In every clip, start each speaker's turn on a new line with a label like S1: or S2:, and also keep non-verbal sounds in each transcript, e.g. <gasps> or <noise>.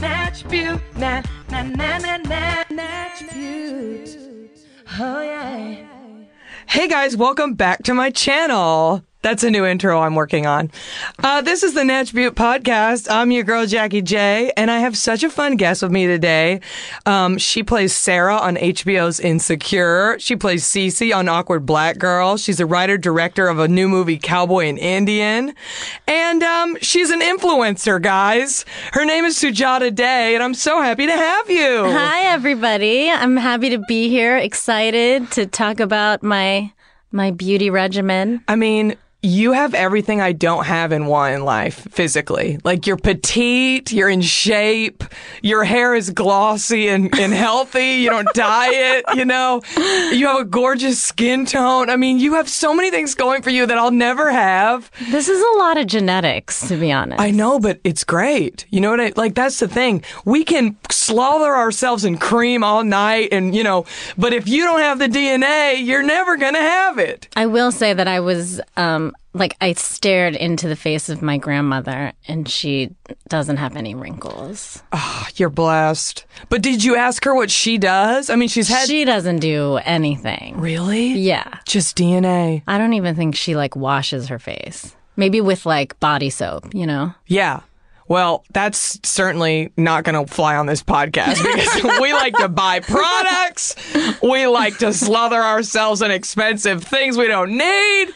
S1: natch beaut, na, na, na, na, na, natch beaut. Oh, yeah.
S2: Hey guys, welcome back to my channel. That's a new intro I'm working on. Uh, this is the Natch Butte podcast. I'm your girl, Jackie J, and I have such a fun guest with me today. Um, she plays Sarah on HBO's Insecure. She plays Cece on Awkward Black Girl. She's a writer director of a new movie, Cowboy and Indian. And um, she's an influencer, guys. Her name is Sujata Day, and I'm so happy to have you.
S3: Hi everybody. I'm happy to be here. Excited to talk about my my beauty regimen.
S2: I mean, you have everything I don't have in one in life physically. Like you're petite, you're in shape, your hair is glossy and, and healthy, you don't dye it, you know, you have a gorgeous skin tone. I mean, you have so many things going for you that I'll never have.
S3: This is a lot of genetics, to be honest.
S2: I know, but it's great. You know what I like? That's the thing. We can slaughter ourselves in cream all night and, you know, but if you don't have the DNA, you're never going to have it.
S3: I will say that I was um like I stared into the face of my grandmother and she doesn't have any wrinkles.
S2: Ah, You're blessed. But did you ask her what she does? I mean, she's had.
S3: She doesn't do anything.
S2: really?
S3: Yeah.
S2: Just DNA.
S3: I don't even think she like washes her face. Maybe with like body soap, you know.
S2: Yeah. Well, that's certainly not going to fly on this podcast because <laughs> we like to buy products. We like to slaughter ourselves in expensive things we don't need.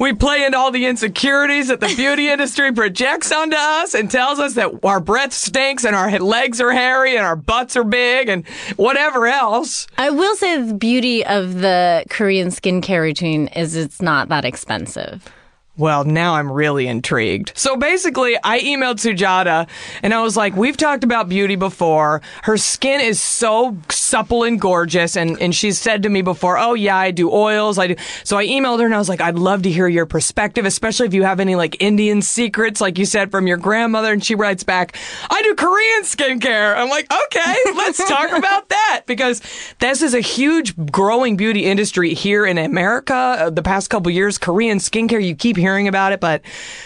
S2: We play into all the insecurities that the beauty industry projects onto us and tells us that our breath stinks and our legs are hairy and our butts are big and whatever else.
S3: I will say the beauty of the Korean skincare routine is it's not that expensive.
S2: Well, now I'm really intrigued. So basically, I emailed Sujata and I was like, We've talked about beauty before. Her skin is so supple and gorgeous. And, and she's said to me before, Oh, yeah, I do oils. I do. So I emailed her and I was like, I'd love to hear your perspective, especially if you have any like Indian secrets, like you said, from your grandmother. And she writes back, I do Korean skincare. I'm like, Okay, let's talk about that because this is a huge growing beauty industry here in America. Uh, The past couple years, Korean skincare, you keep hearing about it, but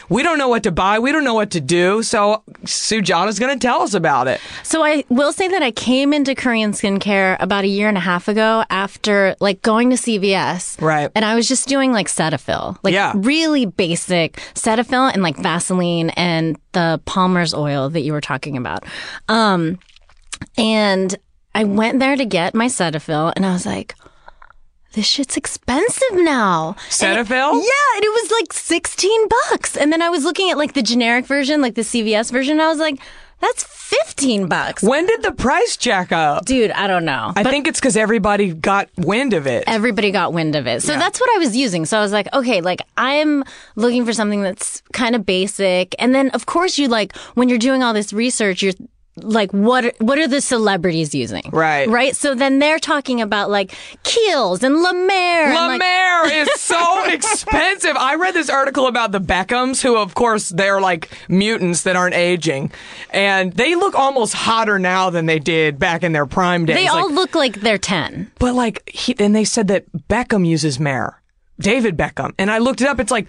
S2: we don't know what to buy. We don't know what to do. So Sujana's going to tell us about it.
S3: So I will say that I came into Korean skincare about a year and a half ago after like going to CVS.
S2: Right.
S3: And I was just doing like Cetaphil, like
S2: Yeah.
S3: really basic Cetaphil and like Vaseline and the Palmer's oil that you were talking about. Um, and I went there to get my Cetaphil and I was like, this shit's expensive now.
S2: Cetaphil?
S3: Yeah, and it was like 16 bucks. And then I was looking at like the generic version, like the CVS version. I was like, that's 15 bucks.
S2: When did the price jack up?
S3: Dude, I don't know.
S2: I think it's because everybody got wind of it.
S3: Everybody got wind of it. So that's what I was using. So I was like, okay, like I'm looking for something that's kind of basic. And then of course you like when you're doing all this research, you're like what what are the celebrities using?
S2: Right.
S3: Right? So then they're talking about like Kiehl's and La Mer. and,
S2: La
S3: like-
S2: Mer is
S3: <laughs>
S2: so expensive. I read this article about the Beckhams, who, of course, they're like mutants that aren't aging, and they look almost hotter now than they did back in their prime days.
S3: they
S2: Like,
S3: all look like they're 10.
S2: But like, he, then they said that Beckham uses mare. David Beckham. And I looked it up. It's like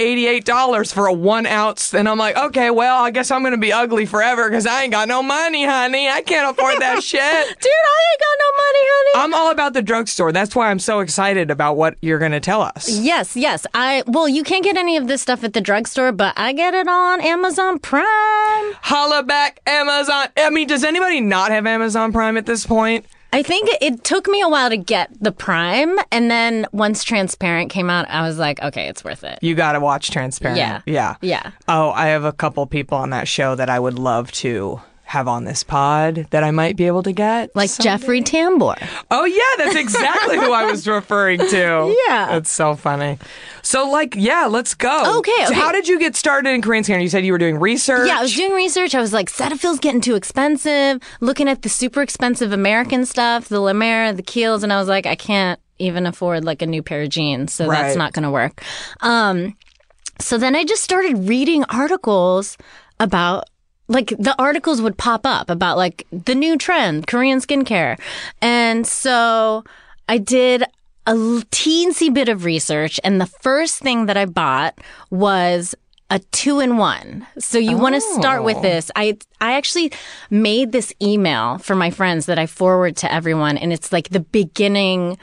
S2: $188 for a one ounce. And I'm like, okay, well, I guess I'm going to be ugly forever because I ain't got no money, honey. I can't afford
S3: <laughs>
S2: that shit.
S3: Dude, I ain't got no money, honey.
S2: I'm all about the drugstore. That's why I'm so excited about what you're going to tell us.
S3: Yes, yes. I well, you can't get any of this stuff at the drugstore, but I get it all on Amazon Prime.
S2: Holla back, Amazon. I mean, does anybody not have Amazon Prime at this point?
S3: I think it took me a while to get the Prime, and then once Transparent came out, I was like, okay, it's worth it.
S2: You got to watch Transparent.
S3: Yeah.
S2: Yeah.
S3: Yeah.
S2: Oh, I have a couple people on that show that I would love to have on this pod that I might be able to get.
S3: Like Jeffrey Tambor.
S2: Oh yeah, that's exactly who I
S3: <laughs>
S2: was referring to.
S3: Yeah.
S2: that's so funny. So like, yeah, let's go.
S3: Okay,
S2: So
S3: okay.
S2: how did you get started in Korean scanner? You said you were doing research.
S3: Yeah, I was doing research. I was like, Cetaphil's getting too expensive. Looking at the super expensive American stuff, the La Mer, the Keels, and I was like, I can't even afford like a new pair of jeans, so
S2: Right.
S3: that's not going to work. Um, so then I just started reading articles about. Like the articles would pop up about like the new trend, Korean skincare. And so I did a l- teensy bit of research and the first thing that I bought was a two in one. So you want to start
S2: Oh.
S3: with this. I I actually made this email for my friends that I forward to everyone and it's like the beginning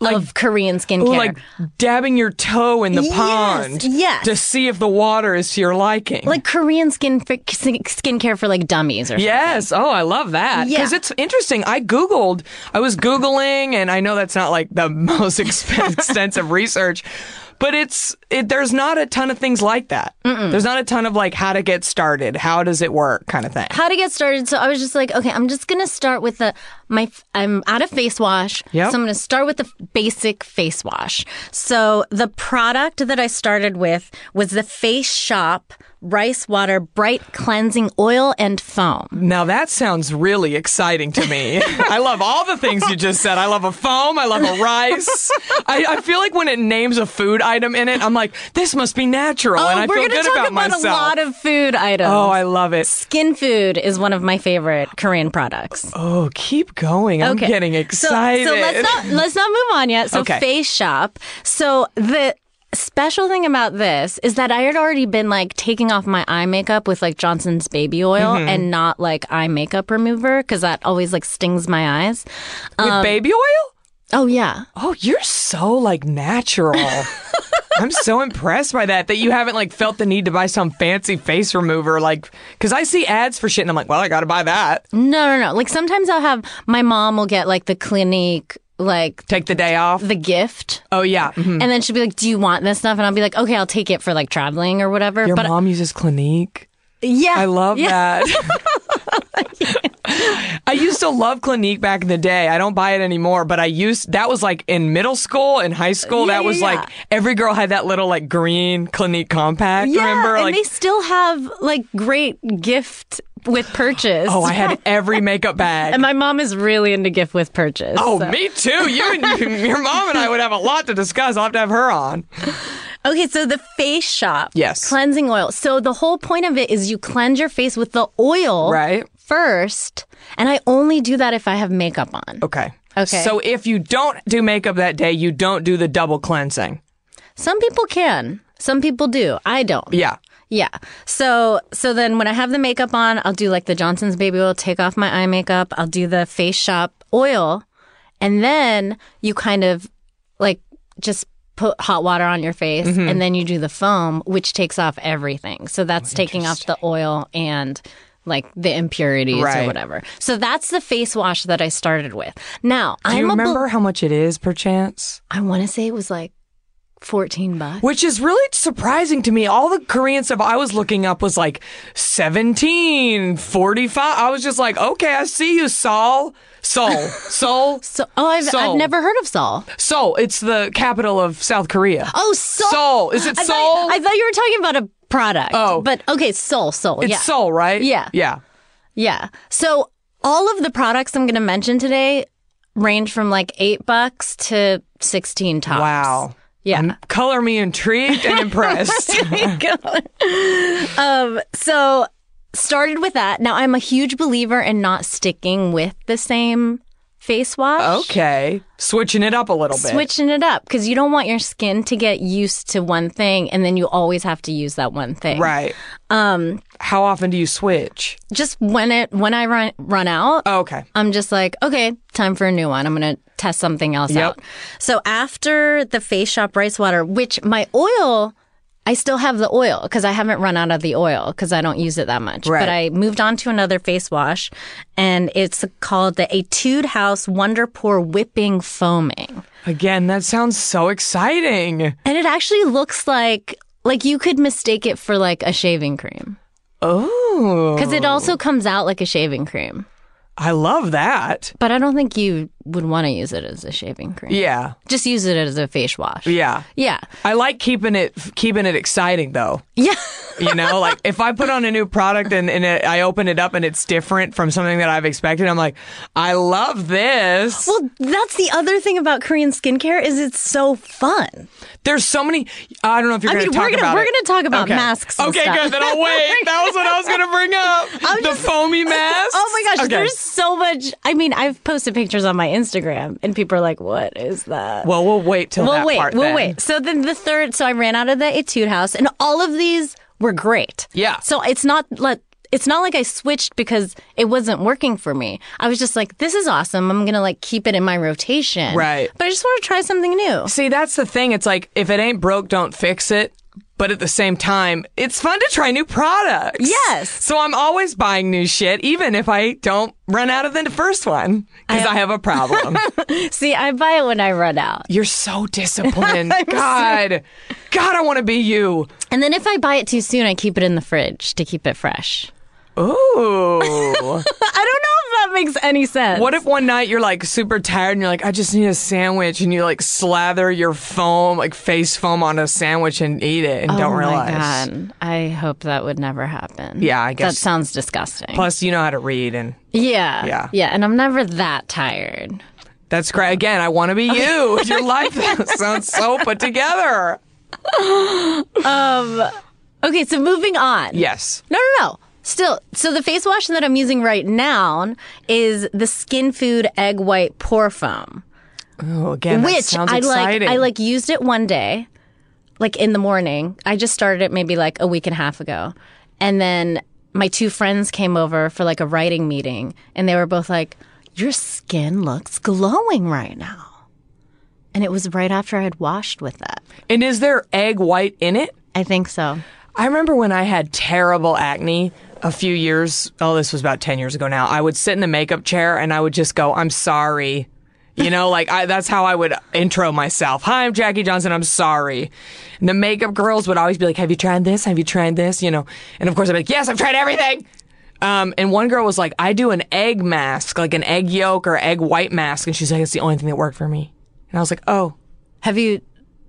S3: of Korean skincare.
S2: Ooh, <laughs> like dabbing your toe in the
S3: Yes,
S2: pond
S3: yes.
S2: to see if the water is to your liking.
S3: like Korean skin fi- skin- skincare for like dummies or
S2: Yes. Oh, I love that. Because
S3: Yeah.
S2: it's interesting. I Googled, I was Googling, and I know that's not like the <laughs> most expen- extensive research, but it's, it, there's not a ton of things like that. There's not a ton of like how to get started, how does it work kind of thing.
S3: how to get started. So I was just like, okay, I'm just gonna start with the my f- I'm out of face wash,
S2: Yep.
S3: so I'm gonna start with the f- basic face wash. So the product that I started with was the Face Shop Rice Water Bright Cleansing Oil and Foam.
S2: Now that sounds really exciting to
S3: <laughs>
S2: me. I love all the things you just said. I love a foam. I love a rice. I, I feel like when it names a food item in it, I'm like, this must be natural, and I
S3: Oh, we're
S2: feel
S3: gonna
S2: good
S3: talk
S2: about,
S3: about,
S2: myself.
S3: a lot of food items.
S2: oh, I love it.
S3: Skin food is one of my favorite Korean products.
S2: Oh, keep going. I'm getting
S3: So-
S2: excited.
S3: So, let's not let's not move on yet. So
S2: Okay.
S3: face shop. So the special thing about this is that I had already been like taking off my eye makeup with like Johnson's baby oil
S2: Mm-hmm.
S3: and not like eye makeup remover because that always like stings my eyes.
S2: With
S3: um,
S2: baby oil?
S3: Oh yeah.
S2: Oh, you're so like
S3: <laughs>
S2: natural. I'm so impressed by that that you haven't like felt the need to buy some fancy face remover like cuz I see ads for shit and I'm like, well, I got to buy that.
S3: No, no, no. Like sometimes I'll have my mom will get like the Clinique like
S2: Take the day off.
S3: the gift.
S2: Oh yeah. mhm.
S3: And then she'll be like, "Do you want this stuff?" And I'll be like, "Okay, I'll take it for like traveling or whatever."
S2: Your
S3: but
S2: mom uses Clinique.
S3: yeah,
S2: <laughs> I love
S3: yeah.
S2: that.
S3: <laughs>
S2: <laughs> I used to love Clinique back in the day. I don't buy it anymore, but I used that was like in middle school and high school.
S3: Yeah,
S2: that
S3: yeah,
S2: was like
S3: yeah.
S2: every girl had that little like green Clinique compact.
S3: Yeah,
S2: remember?
S3: and
S2: like
S3: they still have like great gift with purchase.
S2: oh, I had every makeup bag.
S3: <laughs> and my mom is really into gift with purchase.
S2: Oh,
S3: so.
S2: me too. You and <laughs> you, your mom and I would have a lot to discuss. I'll have to have her on.
S3: Okay, so the face shop.
S2: Yes.
S3: Cleansing oil. So the whole point of it is you cleanse your face with the oil
S2: Right.
S3: first, and I only do that if I have makeup on.
S2: Okay.
S3: Okay.
S2: So if you don't do makeup that day, you don't do the double cleansing.
S3: Some people can. Some people do. I don't.
S2: Yeah.
S3: Yeah. So so then when I have the makeup on, I'll do like the Johnson's baby oil, take off my eye makeup, I'll do the face shop oil, and then you kind of like just put hot water on your face
S2: Mm-hmm.
S3: and then you do the foam, which takes off everything. So
S2: Oh,
S3: that's taking off the oil and like the impurities
S2: Right.
S3: or whatever. So that's the face wash that I started with. Now
S2: Do
S3: I'm
S2: you
S3: a bel-
S2: remember how much it is, perchance?
S3: I want to say it was like fourteen bucks.
S2: Which is really surprising to me. All the Korean stuff I was looking up was like 17, 45. I was just like, okay, I see you, Seoul.
S3: <laughs>
S2: Seoul. Seoul.
S3: So oh I've
S2: Seoul.
S3: I've never heard of Sol.
S2: Seoul. It's the capital of South Korea.
S3: Oh, Seoul.
S2: Seoul. Is it <laughs>
S3: I
S2: Seoul?
S3: Thought, I thought you were talking about a product.
S2: Oh.
S3: But okay, Seoul, Seoul.
S2: it's
S3: yeah.
S2: Seoul, right?
S3: Yeah.
S2: Yeah.
S3: Yeah. So all of the products I'm going to mention today range from like eight bucks to 16 tops.
S2: Wow.
S3: Yeah.
S2: Um, color me intrigued and impressed.
S3: <laughs> um, so started with that. Now I'm a huge believer in not sticking with the same face wash.
S2: okay. Switching it up a little bit.
S3: Switching it up because you don't want your skin to get used to one thing and then you always have to use that one thing.
S2: Right.
S3: Um,
S2: How often do you switch?
S3: just when it when I run run out,
S2: Okay.
S3: I'm just like, okay, time for a new one. I'm going to test something else
S2: Yep.
S3: out. So after the Face Shop Rice Water, which my oil, I still have the oil because I haven't run out of the oil because I don't use it that much.
S2: Right.
S3: But I moved on to another face wash and it's called the Etude House Wonder Pour Whipping Foaming.
S2: Again, that sounds so exciting.
S3: And it actually looks like, like you could mistake it for like a shaving cream.
S2: Oh,
S3: because it also comes out like a shaving cream.
S2: I love that.
S3: But I don't think you would want to use it as a shaving cream.
S2: Yeah,
S3: Just use it as a face wash.
S2: yeah.
S3: Yeah.
S2: I like keeping it keeping it exciting though.
S3: Yeah. <laughs>
S2: You know, like if I put on a new product and, and it, I open it up and it's different from something that I've expected, I'm like, I love this.
S3: Well, that's the other thing about Korean skincare is it's so fun.
S2: There's so many. I don't know if you're
S3: I
S2: going to
S3: mean,
S2: talk
S3: we're gonna-
S2: about
S3: we're
S2: it.
S3: gonna talk about masks and
S2: okay,
S3: stuff.
S2: good. Then I'll
S3: <laughs>
S2: wait. that was what I was going to bring up. the foamy mask.
S3: Oh my gosh,
S2: Okay.
S3: there's so much. I mean, I've posted pictures on my Instagram and people are like, "What is that?"
S2: Well, we'll wait till
S3: we'll
S2: that
S3: wait.
S2: part.
S3: we'll
S2: then.
S3: wait. So then the third. So I ran out of the Etude House, and all of these were great.
S2: Yeah.
S3: So it's not like it's not like I switched because it wasn't working for me. I was just like, this is awesome. I'm gonna like keep it in my rotation.
S2: Right.
S3: But I just want to try something new.
S2: See, that's the thing. It's like if it ain't broke, don't fix it. But at the same time, it's fun to try new products.
S3: Yes.
S2: So I'm always buying new shit, even if I don't run out of the first one, because I, have a problem.
S3: <laughs> See, I buy it when I run out,
S2: You're so
S3: <laughs>
S2: disciplined. God, God, I want to be you.
S3: and then if I buy it too soon, I keep it in the fridge to keep it fresh.
S2: Ooh.
S3: <laughs> I don't know if that makes any sense.
S2: What if one night you're like super tired and you're like, I just need a sandwich, and you like slather your foam, like face foam, on a sandwich and eat it and don't realize.
S3: Oh my god! I hope that would never happen.
S2: Yeah, I guess-
S3: that sounds disgusting.
S2: Plus, you know how to read, and
S3: yeah,
S2: Yeah.
S3: yeah, and I'm never that tired.
S2: that's great. Again, I <laughs> want to be you. your life <laughs> sounds so put together.
S3: Okay, so moving on.
S2: Yes.
S3: No, no, no. Still, so the face wash that I'm using right now is the Skin Food Egg White Pore Foam,
S2: Oh, again, that
S3: which
S2: sounds
S3: I like.
S2: exciting.
S3: I like used it one day, like in the morning. I just started it maybe like a week and a half ago, and then my two friends came over for like a writing meeting, and they were both like, "Your skin looks glowing right now." And it was right after I had washed with that.
S2: And is there egg white in it?
S3: I think so.
S2: I remember when I had terrible acne a few years. Oh, this was about ten years ago now. I would sit in the makeup chair and I would just go, "I'm sorry," you know, like I, that's how I would intro myself. Hi, I'm Jackie Johnson. I'm sorry. And the makeup girls would always be like, "Have you tried this? Have you tried this?" You know, and of course I'd be like, "Yes, I've tried everything." Um, and one girl was like, "I do an egg mask, like an egg yolk or egg white mask," and she's like, "It's the only thing that worked for me." And I was like, "Oh."
S3: Have you?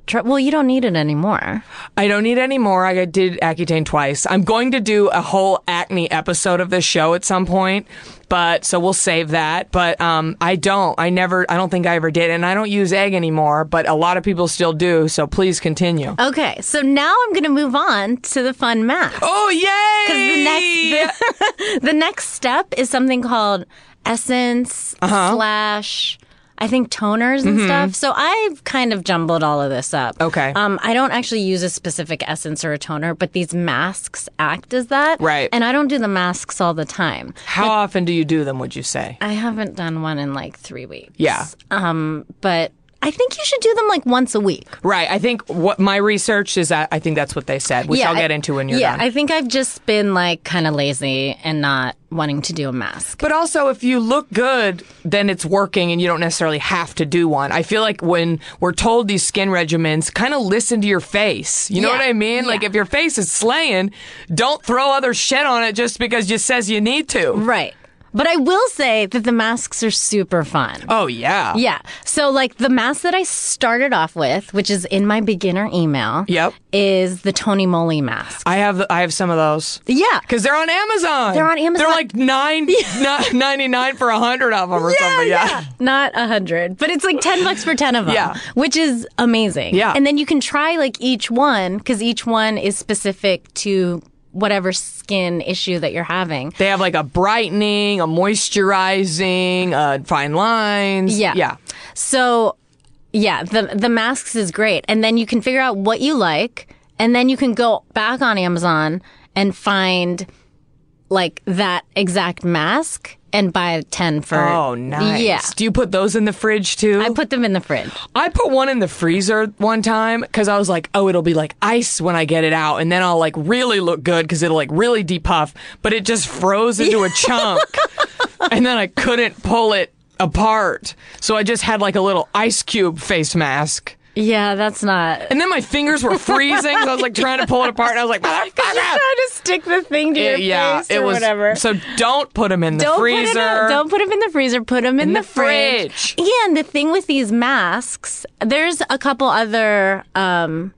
S3: Tri- well, you don't need it anymore.
S2: I don't need any more. I did Accutane twice. I'm going to do a whole acne episode of this show at some point, but so we'll save that. But um, I don't. I never. I don't think I ever did, and I don't use egg anymore. But a lot of people still do. So please continue.
S3: Okay, so now I'm going to move on to the fun math.
S2: Oh yay!
S3: The next, the, the next step is something called essence
S2: Uh-huh.
S3: slash, I think toners and stuff. So I've kind of jumbled all of this up.
S2: Mm-hmm. Okay.
S3: Um, I don't actually use a specific essence or a toner, but these masks act as that.
S2: Right.
S3: And I don't do the masks all the time.
S2: <laughs> How often do you do them? Would you say?
S3: I haven't done one in like three weeks. Um,
S2: Yeah.
S3: But I think you should do them like once a week.
S2: Right. I think what my research is that I think that's what they said, which I'll
S3: I-
S2: get into when you're
S3: yeah,
S2: done.
S3: I think I've just been like kind of lazy and not wanting to do a mask.
S2: But also, if you look good, then it's working and you don't necessarily have to do one. I feel like when we're told these skin regimens, kind of listen to your face. You know
S3: Yeah.
S2: what I mean? Like,
S3: Yeah.
S2: if your face is slaying, don't throw other shit on it just because you says you need to.
S3: Right. But I will say that the masks are super fun.
S2: Oh, yeah.
S3: Yeah. So like the mask that I started off with, which is in my beginner email,
S2: Yep.
S3: is the Tony Moly mask.
S2: I have I have some of those.
S3: Yeah.
S2: Because they're on Amazon.
S3: They're on Amazon.
S2: They're like <laughs> nine, ni- 99 for 100 of them or something. Yeah.
S3: Not a hundred, but it's like ten bucks for ten of them,
S2: Yeah.
S3: which is amazing.
S2: Yeah.
S3: and then you can try like each one because each one is specific to whatever skin issue that you're having.
S2: They have like a brightening, a moisturizing, uh, fine lines.
S3: Yeah.
S2: Yeah.
S3: So, yeah, the the masks is great, and then you can figure out what you like, and then you can go back on Amazon and find like that exact mask and buy ten for.
S2: Oh, nice.
S3: Yeah,
S2: Do you put those in the fridge too?
S3: I put them in the fridge.
S2: I put one in the freezer one time because I was like, oh, it'll be like ice when I get it out, and then I'll like really look good because it'll like really depuff. But it just froze into
S3: <laughs>
S2: a chunk, and then I couldn't pull it apart, so I just had like a little ice cube face mask.
S3: Yeah, that's not. <laughs>
S2: And then my fingers were freezing, so I was like trying to pull it apart, and I was like,
S3: <laughs> Because you're
S2: "Motherfucker!"
S3: trying to stick the thing to your
S2: It- yeah,
S3: face
S2: it
S3: or
S2: was.
S3: whatever.
S2: So don't put them in the
S3: don't
S2: freezer.
S3: Put it in, don't put them in the freezer. Put them in,
S2: In
S3: the,
S2: the
S3: fridge. Yeah, and the thing with these masks, there's a couple other, um,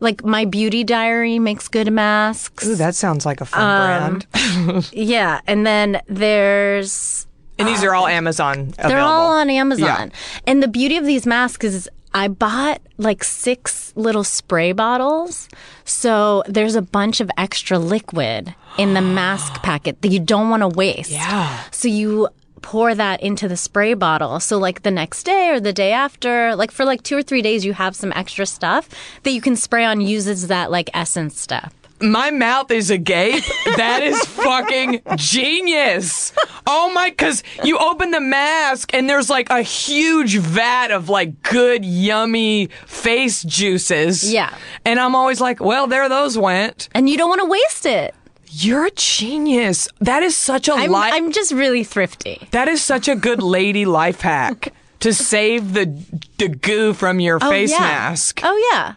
S3: like my beauty diary makes good masks.
S2: Ooh, that sounds like a fun brand.
S3: Yeah, and then there's
S2: And these are all Amazon available.
S3: they're all um, on Amazon. And the beauty of these masks is I bought like six little spray bottles. So there's a bunch of extra liquid in the mask
S2: <gasps>
S3: packet that you don't want to waste.
S2: Yeah.
S3: So you pour that into the spray bottle. So like the next day or the day after, like for like 2 or 3 days you have some extra stuff that you can spray on uses that like essence stuff.
S2: My mouth is agape. That
S3: <laughs>
S2: is fucking genius. Oh my, because you open the mask and there's like a huge vat of like good, yummy face juices.
S3: Yeah.
S2: And I'm always like, well, there those went.
S3: And you don't want to waste it.
S2: You're a genius. That is such a
S3: I'm,
S2: life.
S3: I'm just really thrifty.
S2: That is such a good lady life
S3: <laughs>
S2: hack to save the the goo from your face
S3: yeah.
S2: mask.
S3: Oh yeah.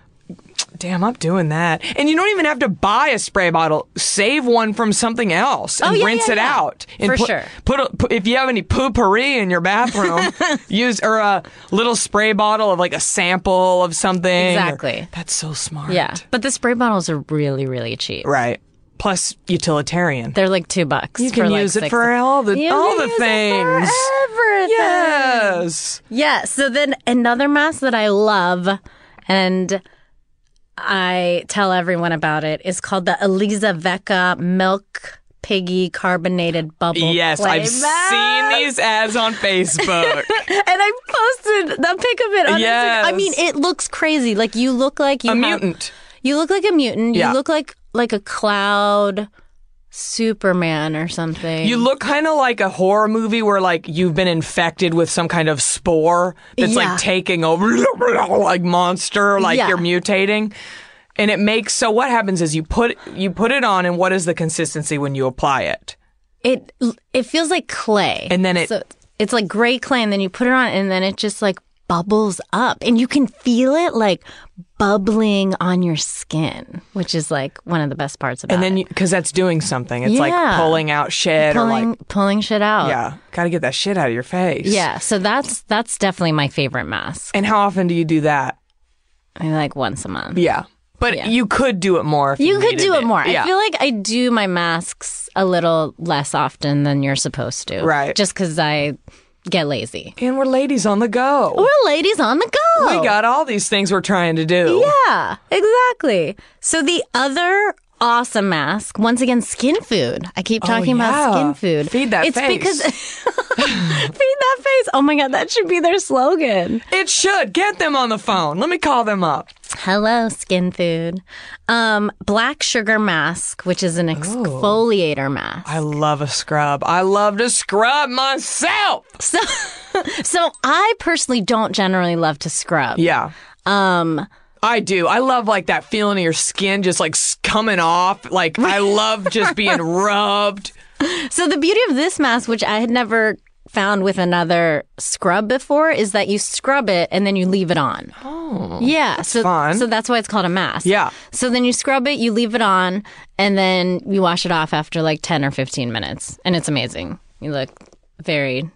S2: Damn, I'm doing that. And you don't even have to buy a spray bottle. Save one from something else and
S3: Oh, yeah,
S2: rinse
S3: yeah,
S2: it
S3: yeah.
S2: out. And
S3: For
S2: put,
S3: sure.
S2: Put, a, pu- if you have any poopery in your
S3: <laughs>
S2: bathroom, use or a little spray bottle of like a sample of something. or-
S3: Exactly.
S2: that's so smart.
S3: Yeah. But the spray bottles are really, really cheap.
S2: Right. Plus utilitarian.
S3: They're like two bucks.
S2: you can
S3: like
S2: use it
S3: six-
S2: for all the
S3: You
S2: all
S3: can
S2: the
S3: use it for
S2: things.
S3: everything.
S2: yes.
S3: Yeah. So then another mask that I love and I tell everyone about it is called the Eliza Vecca Milk Piggy Carbonated Bubble.
S2: Yes,
S3: Clay
S2: I've
S3: Mask.
S2: seen these ads on
S3: <laughs>
S2: Facebook.
S3: And I posted the pic of it on Instagram. I
S2: Yes.
S3: mean, it looks crazy. Like you look like you
S2: a
S3: have-
S2: mutant.
S3: You look like a mutant.
S2: Yeah.
S3: You look like like a cloud Superman or something.
S2: You look kind of like a horror movie where like you've been infected with some kind of spore that's
S3: Yeah.
S2: like taking over <laughs> like monster like
S3: Yeah.
S2: you're mutating. And it makes so what happens is you put you put it on and what is the consistency when you apply it?
S3: it it feels like clay.
S2: And then it-
S3: so it's like gray clay and then you put it on and then it just like bubbles up and you can feel it like bubbling on your skin, which is like one of the best parts about
S2: And
S3: it.
S2: then cuz that's doing something. It's
S3: Yeah.
S2: like pulling out shit or
S3: pulling
S2: like
S3: pulling shit out.
S2: yeah, got to get that shit out of your face.
S3: Yeah, so that's that's definitely my favorite mask.
S2: And how often do you do that?
S3: I like once a month.
S2: Yeah. But you could do it more if you
S3: You could
S2: needed
S3: do it more.
S2: Yeah.
S3: I feel like I do my masks a little less often than you're supposed to.
S2: Right.
S3: Just because I get lazy.
S2: and we're ladies on the go.
S3: We're ladies on the go.
S2: We got all these things we're trying to do.
S3: Yeah, exactly. So the other awesome mask, once again, skin food. I keep talking
S2: Oh, yeah.
S3: about skin food.
S2: Feed that
S3: it's
S2: face. <laughs>
S3: because <laughs> feed that face. Oh my god, that should be their slogan.
S2: It should. Get them on the phone. Let me call them up.
S3: Hello, skin food. Um, black sugar mask, which
S2: Oh.
S3: is an exfoliator mask.
S2: I love a scrub. I love to scrub myself.
S3: So, so I personally don't generally love to scrub.
S2: Yeah.
S3: Um,
S2: I do. I love like that feeling of your skin just like s- coming off. Like <laughs> I love just being rubbed.
S3: so the beauty of this mask, which I had never found with another scrub before, is that you scrub it and then you leave it on. Oh, yeah. so,
S2: fun.
S3: so that's why it's called a mask.
S2: Yeah.
S3: So then you scrub it, you leave it on, and then you wash it off after like ten or fifteen minutes, and it's amazing. You look very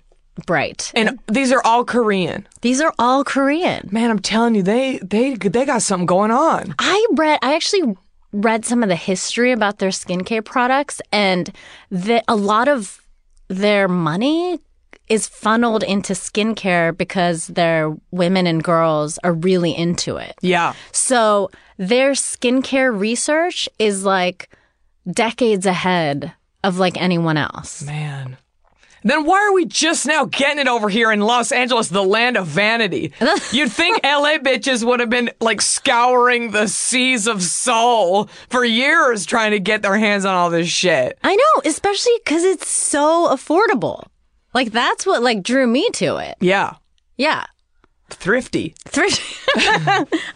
S3: bright.
S2: And these are all Korean.
S3: These are all Korean.
S2: Man, I'm telling you, they they they got something going on.
S3: I read, I actually read some of the history about their skincare products, and the, a lot of their money is funneled into skincare because their women and girls are really into it.
S2: Yeah.
S3: So their skincare research is like decades ahead of like anyone else.
S2: Man. Then why are we just now getting it over here in Los Angeles, the land of vanity? You'd think LA bitches would have been like scouring the seas of soul for years trying to get their hands on all this shit.
S3: I know, especially because it's so affordable. Like that's what like drew me to it.
S2: Yeah.
S3: Yeah.
S2: thrifty.
S3: Thrift. <laughs>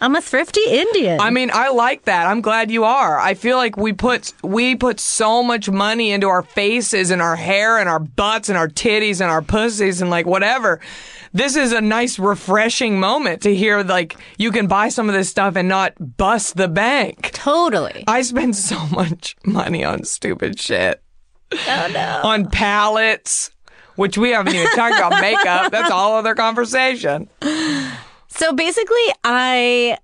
S3: I'm a thrifty Indian.
S2: I mean, I like that. I'm glad you are. I feel like we put we put so much money into our faces and our hair and our butts and our titties and our pussies and like whatever. This is a nice refreshing moment to hear like you can buy some of this stuff and not bust the bank.
S3: totally.
S2: I spend <laughs> so much money on stupid shit. Oh no. On palettes, which we haven't even talked about makeup. That's a whole other conversation.
S3: So basically, I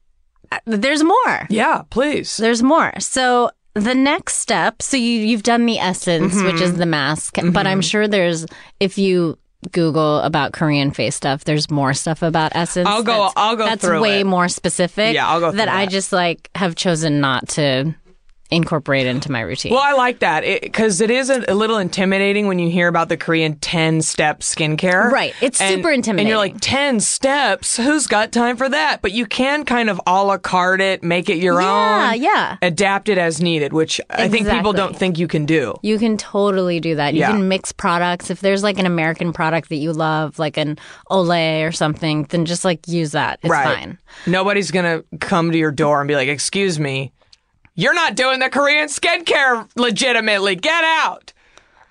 S3: there's more.
S2: Yeah, please.
S3: There's more. So the next step, so you you've done the essence, which
S2: Mm-hmm.
S3: is the mask, but I'm sure there's if you Google about Korean face stuff, there's more stuff about essence.
S2: I'll go-
S3: that's-
S2: I'll go
S3: That's
S2: through
S3: way
S2: it.
S3: more specific.
S2: Yeah, I'll go through
S3: That I
S2: that.
S3: just like have chosen not to incorporate into my routine.
S2: Well, I like that because it is a, a little intimidating when you hear about the Korean 10 step skincare.
S3: Right. It's
S2: And-
S3: super
S2: And
S3: intimidating.
S2: you're like, 10 steps? Who's got time for that? But you can kind of a la carte it, make it your
S3: yeah,
S2: own,
S3: yeah.
S2: adapt it as needed, which I think people
S3: Exactly.
S2: don't think you can do.
S3: You can totally do that. You
S2: Yeah.
S3: can mix products. If there's like an American product that you love, like an Olay or something, then just like use that. It's
S2: right.
S3: fine.
S2: Nobody's going to come to your door and be like, excuse me, you're not doing the Korean skincare legitimately. Get out.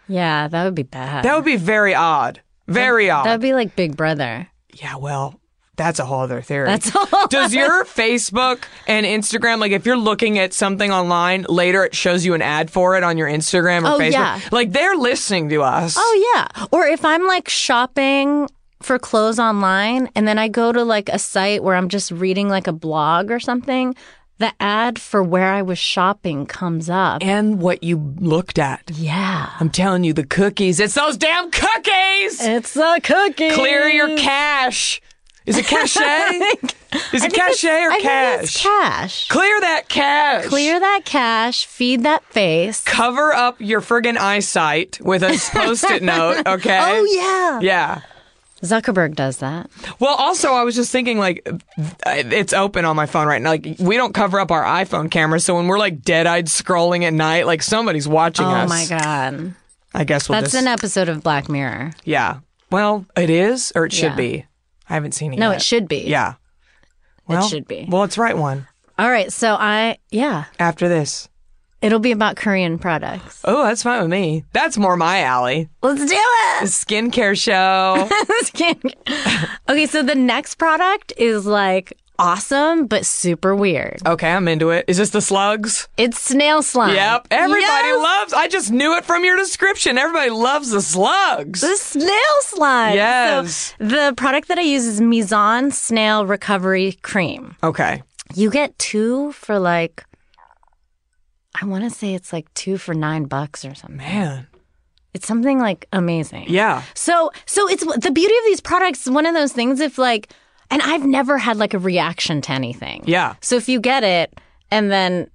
S3: Yeah, that would be bad.
S2: That would be very odd. Very odd.
S3: That would be like Big Brother.
S2: Yeah, well, that's a whole other theory.
S3: That's all.
S2: Does your Facebook and Instagram, like if you're looking at something online, later it shows you an ad for it on your Instagram or
S3: Oh,
S2: Facebook?
S3: yeah.
S2: Like they're listening to us.
S3: Oh yeah. Or if I'm like shopping for clothes online and then I go to like a site where I'm just reading like a blog or something, the ad for where I was shopping comes up.
S2: And what you looked at.
S3: yeah.
S2: I'm telling you, the cookies. It's those damn cookies!
S3: It's a cookie.
S2: Clear your cache. Is
S3: <laughs>
S2: it cachet? Is it
S3: Cash
S2: cachet or
S3: I Think
S2: cash?
S3: it's cash.
S2: Clear that cache.
S3: Clear that cash, feed that face.
S2: Cover up your friggin' eyesight with
S3: <laughs>
S2: a post-it note, okay?
S3: Oh yeah.
S2: Yeah.
S3: Zuckerberg does that.
S2: Well, also, I was just thinking, like, th- it's open on my phone right now. Like, we don't cover up our iPhone camera, so when we're like dead-eyed scrolling at night, like somebody's watching
S3: Oh
S2: us.
S3: my god.
S2: I guess we'll
S3: That's
S2: just
S3: an episode of Black Mirror.
S2: yeah. Well, it is, or it should
S3: Yeah.
S2: be. I haven't seen it.
S3: No,
S2: yet.
S3: it should be.
S2: Yeah. Well,
S3: should be.
S2: Well, let's write one
S3: All right, so I yeah,
S2: after this.
S3: it'll be about Korean products.
S2: Oh, that's fine with me. That's more my alley.
S3: Let's do it. <laughs>
S2: Skincare show. <laughs>
S3: okay, so the next product is like awesome but super weird.
S2: okay, I'm into it. Is this the slugs?
S3: It's snail slime.
S2: Yep. Everybody
S3: Yes,
S2: loves. I just knew it from your description. Everybody loves the slugs.
S3: the snail slime.
S2: Yes.
S3: So the product that I use is Mizan Snail Recovery Cream.
S2: okay.
S3: You get two for like I want to say it's like 2 for 9 bucks or something.
S2: Man.
S3: It's something like amazing.
S2: Yeah.
S3: So so it's the beauty of these products is one of those things if like and I've never had like a reaction to anything.
S2: Yeah.
S3: So if you get it and then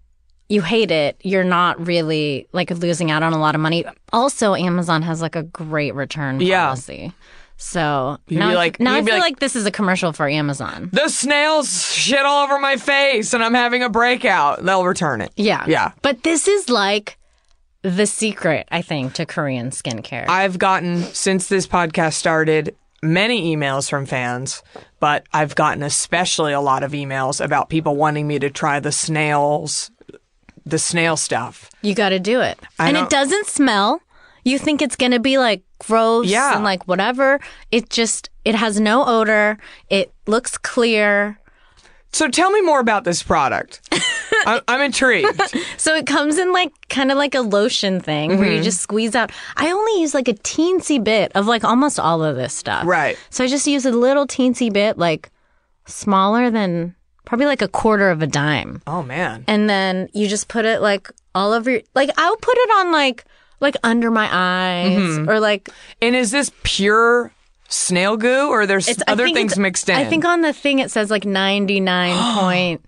S3: you hate it, you're not really like losing out on a lot of money. Also, Amazon has like a great return
S2: Yeah.
S3: policy. So
S2: You'd
S3: now,
S2: be
S3: I-
S2: like-
S3: now I
S2: you'd be
S3: feel like,
S2: like-
S3: this is a commercial for Amazon.
S2: The snails shit all over my face and I'm having a breakout. They'll return it.
S3: Yeah.
S2: Yeah.
S3: But this is like the secret, I think, to Korean skincare.
S2: I've gotten, since this podcast started, many emails from fans, but I've gotten especially a lot of emails about people wanting me to try the snails, the snail stuff.
S3: you got to do it.
S2: I
S3: and
S2: don't-
S3: it doesn't smell. You think it's going to be like gross
S2: Yeah.
S3: and like whatever. It just, it has no odor. It looks clear.
S2: So tell me more about this product.
S3: <laughs>
S2: I- I'm intrigued.
S3: So it comes in like kind of like a lotion thing where
S2: Mm-hmm.
S3: you just squeeze out. I only use like a teensy bit of like almost all of this stuff.
S2: Right.
S3: So I just use a little teensy bit, like smaller than probably like a quarter of a dime.
S2: Oh, man.
S3: And then you just put it like all over your, like I'll put it on like, like under my eyes
S2: Mm-hmm.
S3: or like
S2: And is this pure snail goo or there's
S3: it's- I
S2: other
S3: think
S2: things
S3: it's-
S2: mixed in?
S3: I think on the thing it says like
S2: <gasps>
S3: 99.5%.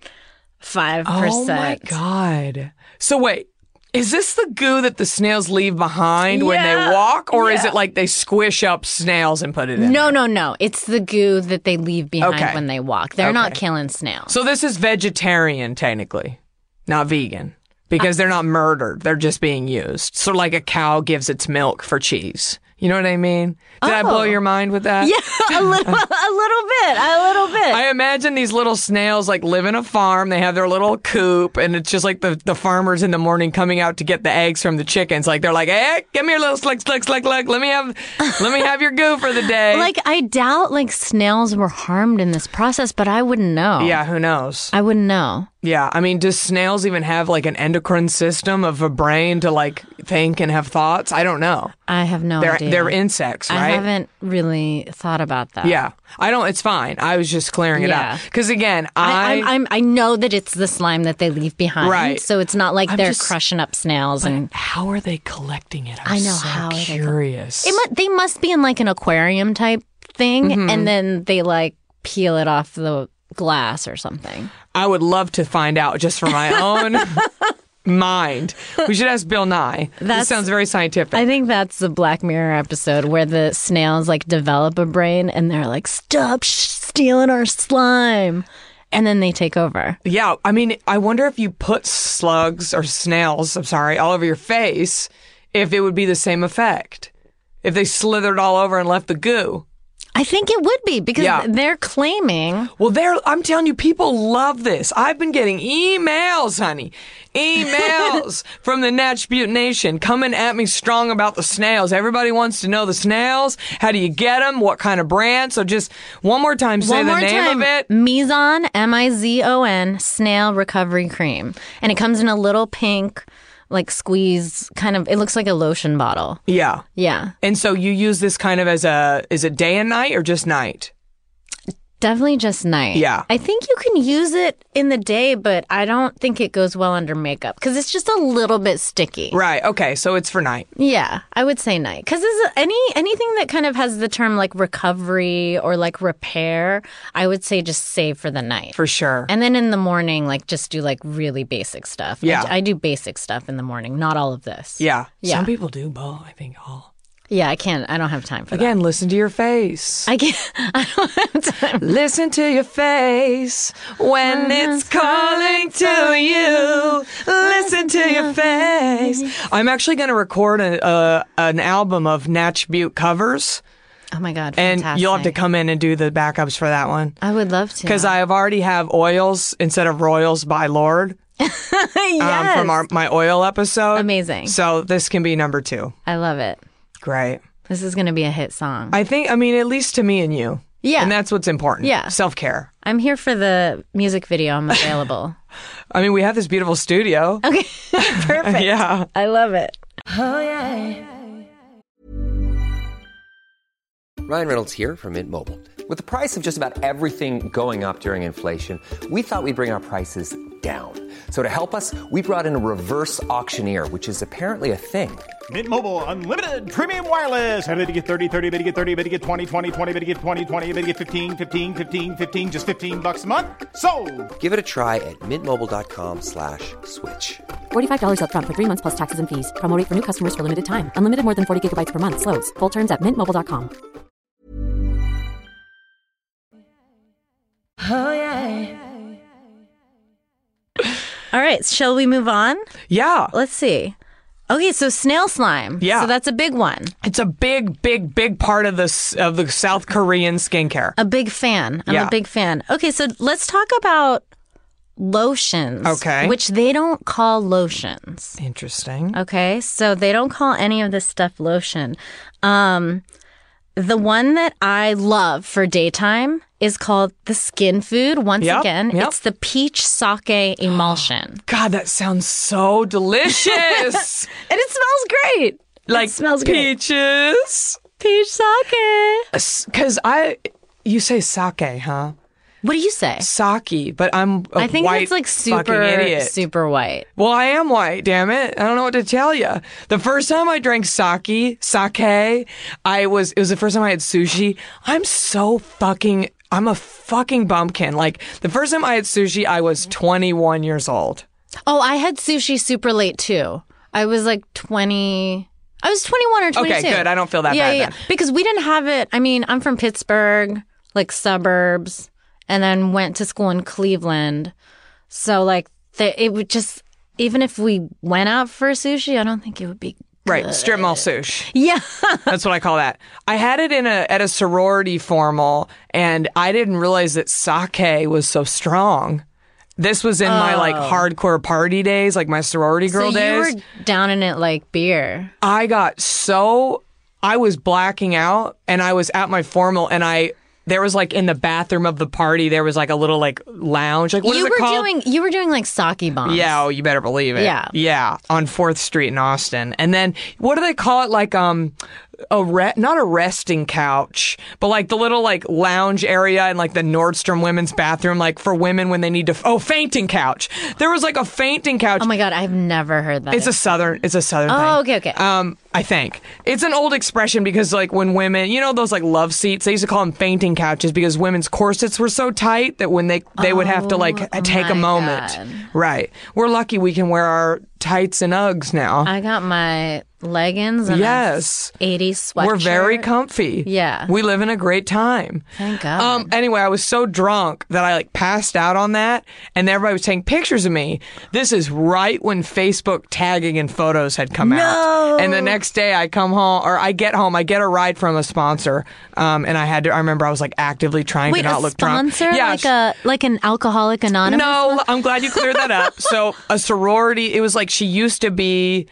S2: Oh my god! So wait, is this the goo that the snails leave behind when
S3: Yeah,
S2: they walk, or is
S3: yeah.
S2: it like they squish up snails and put it in?
S3: No, no, no. It's the goo that they leave behind
S2: Okay.
S3: when they walk. They're not killing snails. <laughs>
S2: So this is vegetarian technically, not vegan, because they're not murdered; they're just being used. So like a cow gives its milk for cheese. You know what I mean? Did I blow your mind with that?
S3: Oh. Yeah, a
S2: <laughs>
S3: little, a little bit, a little bit.
S2: I imagine these little snails like live in a farm. They have their little coop, and it's just like the, the farmers in the morning coming out to get the eggs from the chickens. Like they're like, "Hey, give me your little slick, slick, slick, slick. Let me have,
S3: <laughs>
S2: let me have your goo for the day."
S3: like I doubt like snails were harmed in this process, but I wouldn't know.
S2: yeah, who knows?
S3: I wouldn't know.
S2: Yeah, I mean, does snails even have like an endocrine system of a brain to like think and have thoughts? I don't know.
S3: I have no
S2: They're
S3: idea.
S2: they're insects,
S3: Oh, I
S2: right?
S3: haven't really thought about that.
S2: Yeah, I don't. It's fine. I was just clearing it
S3: Yeah.
S2: up because again, I,
S3: I, I'm, I'm, I know that it's the slime that they leave behind,
S2: Right.
S3: So it's not like
S2: I'm
S3: they're
S2: just-
S3: crushing up snails, and
S2: how are they collecting it? I'm
S3: I know,
S2: so
S3: how are they col-
S2: curious.
S3: it mu- they must be in like an aquarium type thing,
S2: Mm-hmm.
S3: and then they like peel it off the glass or something.
S2: I would love to find out just for my
S3: <laughs>
S2: own mind. We should ask Bill Nye.
S3: That's-
S2: this sounds very scientific.
S3: I think that's the Black Mirror episode where the snails like develop a brain, and they're like, "Stop sh- stealing our slime," and then they take over.
S2: yeah, I mean, I wonder if you put slugs or snails, I'm sorry, all over your face, if it would be the same effect. If they slithered all over and left the goo.
S3: I think it would be because
S2: Yeah.
S3: they're claiming
S2: Well, there, I'm telling you, people love this. I've been getting emails, honey,
S3: <laughs>
S2: emails from the Natch Butte Nation coming at me strong about the snails. Everybody wants to know the snails. How do you get them? What kind of brand? So just one more time, say
S3: One
S2: the
S3: more
S2: name
S3: time.
S2: of it.
S3: Mizon, M I Z O N, snail recovery cream. And it comes in a little pink, like squeeze kind of, it looks like a lotion bottle.
S2: Yeah.
S3: Yeah.
S2: And so you use this kind of as a, is it day and night or just night?
S3: Definitely just night.
S2: Yeah.
S3: I think you can use it in the day, but I don't think it goes well under makeup because it's just a little bit sticky.
S2: Right. Okay. So it's for night.
S3: Yeah, I would say night because any anything that kind of has the term like recovery or like repair, I would say just save for the night.
S2: For sure.
S3: And then in the morning, like just do like really basic stuff. I-
S2: Yeah.
S3: I, do basic stuff in the morning, not all of this.
S2: yeah.
S3: Yeah.
S2: Some people do both, I think all.
S3: Yeah, I can't. I don't have time for that.
S2: Again, listen to your face.
S3: I can't. <laughs> I don't have time.
S2: <laughs> Listen to your face when it's calling to you. Listen to your face. I'm actually going to record a, a, an album of Natch Butte covers,
S3: Oh my god!
S2: and
S3: Fantastic.
S2: you'll have to come in and do the backups for that one.
S3: I would love to. <laughs>
S2: Because I have already have oils instead of royals by Lord um,
S3: yes.
S2: from our, my oil episode.
S3: Amazing.
S2: So this can be number two.
S3: I love it.
S2: Great.
S3: This is going to be a hit song.
S2: I think, I mean, at least to me and you.
S3: Yeah.
S2: And that's what's important.
S3: Yeah.
S2: Self care.
S3: I'm here for the music video. I'm
S2: <laughs>
S3: available.
S2: I mean, we have this beautiful studio.
S3: okay. <laughs> Perfect.
S2: Yeah.
S3: I love it.
S4: Ryan Reynolds here from Mint Mobile. With the price of just about everything going up during inflation, we thought we'd bring our prices down. So to help us, we brought in a reverse auctioneer, which is apparently a thing.
S5: Mint Mobile unlimited premium wireless. Ready to get 30, 30, bit to get 30, bit to get 20, 20, 20, bit to get 20, 20, bit to get 15, 15, 15, 15 just 15 bucks a month. So,
S4: Give it a try at mintmobile.com slash switch.
S6: $45 upfront for three months plus taxes and fees. Promo rate for new customers for limited time. Unlimited more than 40 gigabytes per month. Slows. Full terms at mintmobile.com.
S3: All right. Shall we move on?
S2: Yeah.
S3: Let's see. Okay, so snail slime.
S2: Yeah.
S3: So that's a big one.
S2: It's a big, big, big part of the s- of the South Korean skincare.
S3: A big fan. I'm
S2: Yeah.
S3: a big fan. Okay, so let's talk about lotions.
S2: Okay.
S3: Which they don't call lotions.
S2: Interesting.
S3: Okay, so they don't call any of this stuff lotion. Um, the one that I love for daytime is called the skin food. Once
S2: Yep,
S3: again,
S2: yep.
S3: it's the peach sake
S2: <gasps>
S3: emulsion.
S2: God, that sounds so delicious.
S3: and <laughs> it smells great.
S2: like
S3: smells good.
S2: peaches.
S3: Peach sake.
S2: Because I, you say sake, huh?
S3: What do you say?
S2: Sake, but I'm a
S3: I think
S2: white
S3: that's like
S2: fucking
S3: super,
S2: idiot.
S3: super white.
S2: Well, I am white, damn it. I don't know what to tell you. The first time I drank sake, sake, I was, it was the first time I had sushi. I'm so fucking, I'm a fucking bumpkin. Like, the first time I had sushi, I was 21 years old.
S3: Oh, I had sushi super late too. I was like 20. I was 21 or 22.
S2: Okay, good. I don't feel that
S3: yeah,
S2: bad
S3: yeah,
S2: then.
S3: yeah. Because we didn't have it. I mean, I'm from Pittsburgh, like suburbs, and then went to school in Cleveland. So, like, the, it would just, even if we went out for sushi, I don't think it would be <laughs>
S2: Right, strip mall sush.
S3: Yeah.
S2: That's what I call that. I had it in a at a sorority formal, and I didn't realize that sake was so strong. This was in my like hardcore party days, like my sorority girl
S3: Oh. so you
S2: days.
S3: were down in it like beer.
S2: I got so I was blacking out and I was at my formal and I there was like in the bathroom of the party there was like a little like lounge like what is
S3: you
S2: it
S3: were
S2: called?
S3: doing you were doing like sake bombs.
S2: yeah, oh, you better believe it.
S3: Yeah.
S2: yeah, on Fourth Street in Austin, and then what do they call it? Like um, a re- not a resting couch, but like the little like lounge area and like the Nordstrom women's bathroom, like for women when they need to. oh, fainting couch. There was like a fainting couch.
S3: Oh my god, I've never heard that.
S2: It's a southern. It's a southern.
S3: Oh,
S2: thing.
S3: okay, okay.
S2: Um, I think it's an old expression because like when women, you know, those like love seats, they used to call them fainting couches because women's corsets were so tight that when they they would have to like take a
S3: Oh my
S2: moment.
S3: God.
S2: Right. We're lucky we can wear our tights and Uggs now.
S3: I got my leggings and
S2: Yes.
S3: a 80s sweatshirt.
S2: We're very comfy.
S3: Yeah.
S2: We live in a great time.
S3: Thank God.
S2: Um, anyway, I was so drunk that I like passed out on that and everybody was taking pictures of me. This is right when Facebook tagging and photos had come out. And the next day I come home or I get home, I get a ride from a sponsor. Um, and I had to, I remember I was like actively trying
S3: Wait,
S2: to not
S3: a
S2: look
S3: sponsor
S2: drunk.
S3: like a like an alcoholic anonymous?
S2: No, I'm glad you cleared that up. So a sorority, it was like she used to be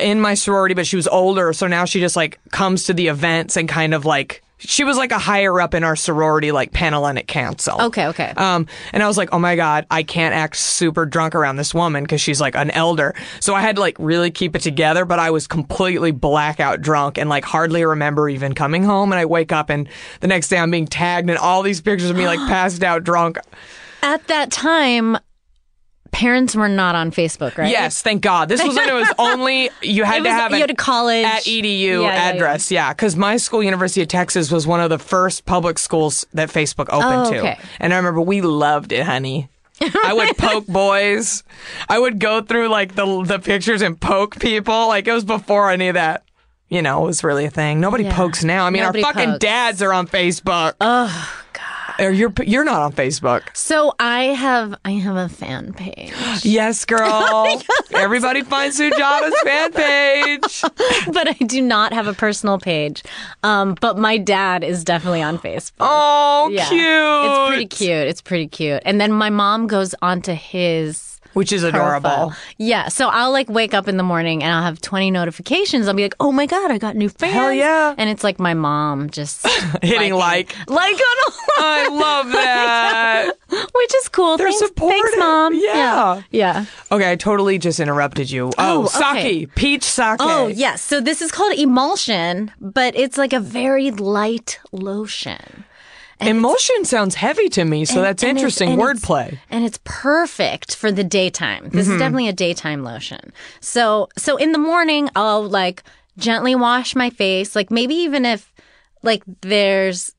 S2: in my sorority, but she was older, so now she just like comes to the events and kind of like she was like a higher up in our sorority like panel and at council.
S3: Okay, okay.
S2: Um, and I was like, oh my god, I can't act super drunk around this woman because she's like an elder. So I had to like really keep it together, but I was completely blackout drunk and like hardly remember even coming home. And I wake up and the next day I'm being tagged and all these pictures of me like passed out drunk.
S3: At that time, parents were not on Facebook, right?
S2: Yes, thank God. This was when it was
S3: <laughs>
S2: only you had
S3: It was-
S2: to have
S3: you
S2: an
S3: had a college-
S2: at edu
S3: Yeah, yeah,
S2: address. Yeah, because my school, University of Texas, was one of the first public schools that Facebook opened
S3: Oh,
S2: to,
S3: okay.
S2: and I remember we loved it, honey.
S3: <laughs>
S2: I would poke boys. I would go through like the the pictures and poke people. Like it was before any of that. You know, was really a thing. Nobody
S3: Yeah.
S2: pokes now. I mean,
S3: Nobody
S2: our fucking
S3: pokes.
S2: dads are on Facebook. Oh God. Or you're you're not on Facebook.
S3: So I have I have a fan
S2: <gasps>
S3: page. <laughs>
S2: Yes, girl. Everybody finds Sujata's fan
S3: <laughs>
S2: page.
S3: but I do not have a personal page. Um, but my dad is definitely on Facebook.
S2: Oh,
S3: Yeah.
S2: cute.
S3: It's pretty cute. It's pretty cute. And then my mom goes onto his
S2: Which is
S3: profile.
S2: adorable.
S3: Yeah. So I'll like wake up in the morning and I'll have 20 notifications. I'll be like, oh my God, I got new fans.
S2: Hell yeah.
S3: And it's like my
S2: <laughs>
S3: mom just
S2: Hitting like.
S3: like <laughs> on all
S2: I
S3: <laughs>
S2: love that.
S3: which is cool.
S2: They're
S3: thanks, thanks,
S2: supportive.
S3: mom.
S2: Yeah.
S3: yeah. Yeah.
S2: Okay, I totally just interrupted you. Oh,
S3: Oh, okay.
S2: sake. Peach sake.
S3: Oh, yes. So this is called emulsion, but it's like a very light lotion.
S2: Emulsion sounds heavy to me, so
S3: And-
S2: that's
S3: and it's-
S2: interesting
S3: and it's-
S2: wordplay. Mm-hmm.
S3: And it's perfect for the daytime. This is definitely a daytime lotion. So so in the morning I'll like gently wash my face. Like maybe even if like there's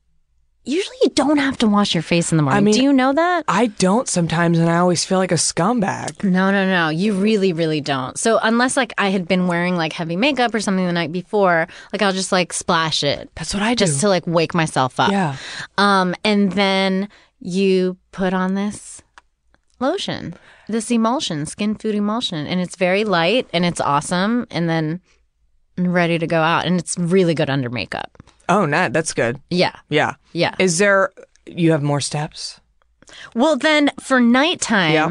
S3: usually you don't have to wash your face in the morning.
S2: mean-
S3: Do you know that?
S2: I don't sometimes, and I always feel like a scumbag.
S3: No, no, no. You really, really don't. So unless like I had been wearing like heavy makeup or something the night before, like I'll just like splash it.
S2: That's what I do.
S3: just to like wake myself up.
S2: yeah.
S3: Um, and then you put on this lotion, this emulsion, skin food emulsion, and it's very light and it's awesome. And then I'm ready to go out, and it's really good under makeup.
S2: Oh, nah, that's good.
S3: Yeah,
S2: Yeah.
S3: yeah.
S2: Is there, you have more steps?
S3: well, then for nighttime.
S2: Yeah.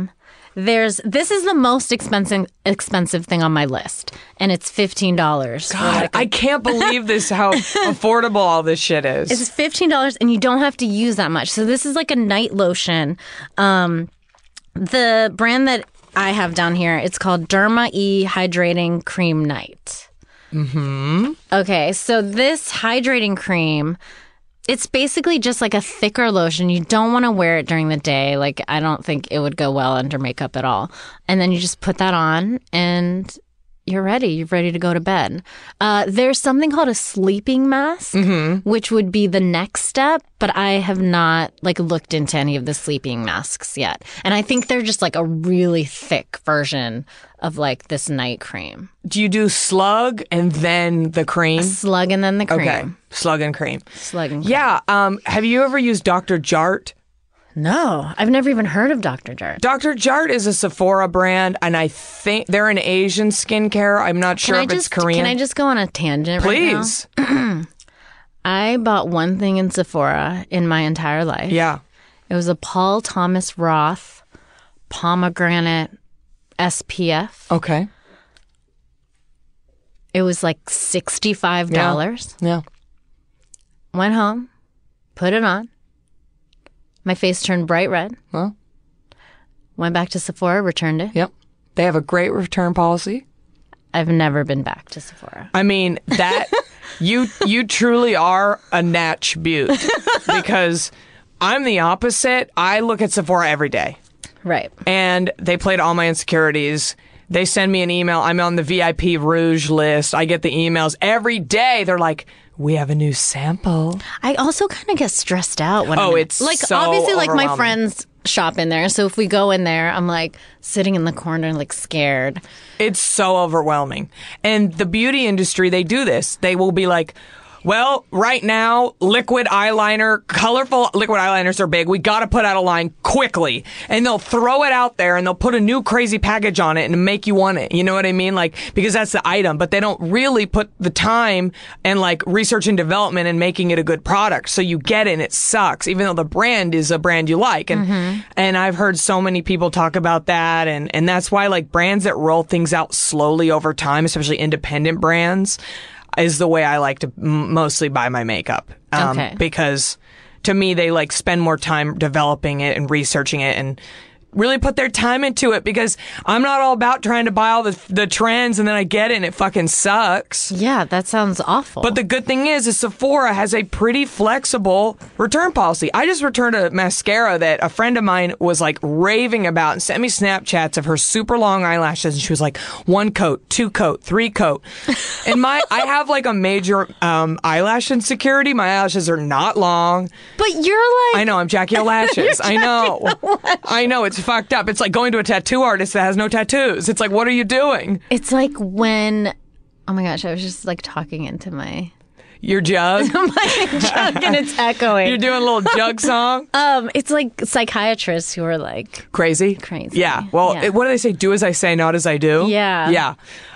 S3: There's this is the most expensive expensive thing on my list, and it's fifteen dollars.
S2: God, I can't believe this,
S3: <laughs>
S2: how affordable all this shit is.
S3: It's fifteen dollars, and you don't have to use that much. So this is like a night lotion. Um, the brand that I have down here, it's called Derma E Hydrating Cream Night. Hmm. Okay, so this hydrating cream. It's basically just like a thicker lotion. You don't want to wear it during the day. Like, I don't think it would go well under makeup at all. And then you just put that on and you're ready. You're ready to go to bed. Uh, there's something called a sleeping mask, which would be the next step, but I have not like looked into any of the sleeping masks yet. And I think they're just like a really thick version of like this night cream.
S2: Do you do slug and then the cream?
S3: Slug and then the cream.
S2: Okay. Slug and cream.
S3: Slug and cream.
S2: Yeah. Um, have you ever used Dr. Jart?
S3: No, I've never even heard of Dr. Jart.
S2: Dr. Jart is a Sephora brand, and I think they're an Asian skincare. I'm not sure
S3: can I
S2: if
S3: just
S2: it's Korean.
S3: can I just go on a tangent? right now?
S2: Please.
S3: I bought one thing in Sephora in my entire life.
S2: yeah.
S3: It was a Paul Thomas Roth pomegranate SPF.
S2: Okay.
S3: It was like $65.
S2: Yeah.
S3: Went home, put it on. My face turned bright red.
S2: Well.
S3: Went back to Sephora, returned it.
S2: Yep. They have a great return policy.
S3: I've never been back to Sephora.
S2: I mean that you you truly are a natch butte because I'm the opposite. I look at Sephora every day,
S3: Right.
S2: and they played all my insecurities. They send me an email. I'm on the VIP Rouge list. I get the emails every day. They're like, "We have a new sample."
S3: I also kind of get stressed out when
S2: Oh,
S3: I'm
S2: it's
S3: like
S2: so
S3: obviously like my
S2: overwhelming.
S3: friends shop in there. So if we go in there, I'm like sitting in the corner like scared.
S2: It's so overwhelming. And the beauty industry, they do this. They will be like, well, right now, liquid eyeliner, colorful liquid eyeliners are big. We gotta put out a line quickly. And they'll throw it out there and they'll put a new crazy package on it and make you want it. You know what I mean? Like, because that's the item, but they don't really put the time and like research and development and making it a good product. So you get it and it sucks, even though the brand is a brand you like. And, and I've heard so many people talk about that. And, and that's why like brands that roll things out slowly over time, especially independent brands is the way I like to m- mostly buy my makeup. Um,
S3: Okay.
S2: because to me, they like spend more time developing it and researching it and, Really put their time into it because I'm not all about trying to buy all the the trends and then I get it and it fucking sucks.
S3: Yeah, that sounds awful.
S2: But the good thing is, is Sephora has a pretty flexible return policy. I just returned a mascara that a friend of mine was like raving about and sent me Snapchats of her super long eyelashes, and she was like, one coat, two coat, three coat. And my, I have like a major um, eyelash insecurity. My eyelashes are not long.
S3: But you're like
S2: I know I'm Jackie O Lashes. I know. I know it's fucked up. It's like going to a tattoo artist that has no tattoos. It's like, what are you doing?
S3: It's like when oh my gosh, I was just like talking into my <laughs>
S2: You're jug.
S3: jug and it's echoing.
S2: <laughs> You're doing a little jug song.
S3: um, it's like psychiatrists who are like
S2: crazy
S3: Crazy.
S2: yeah well
S3: Yeah.
S2: it- what do they say do as i say not as i do
S3: Yeah.
S2: yeah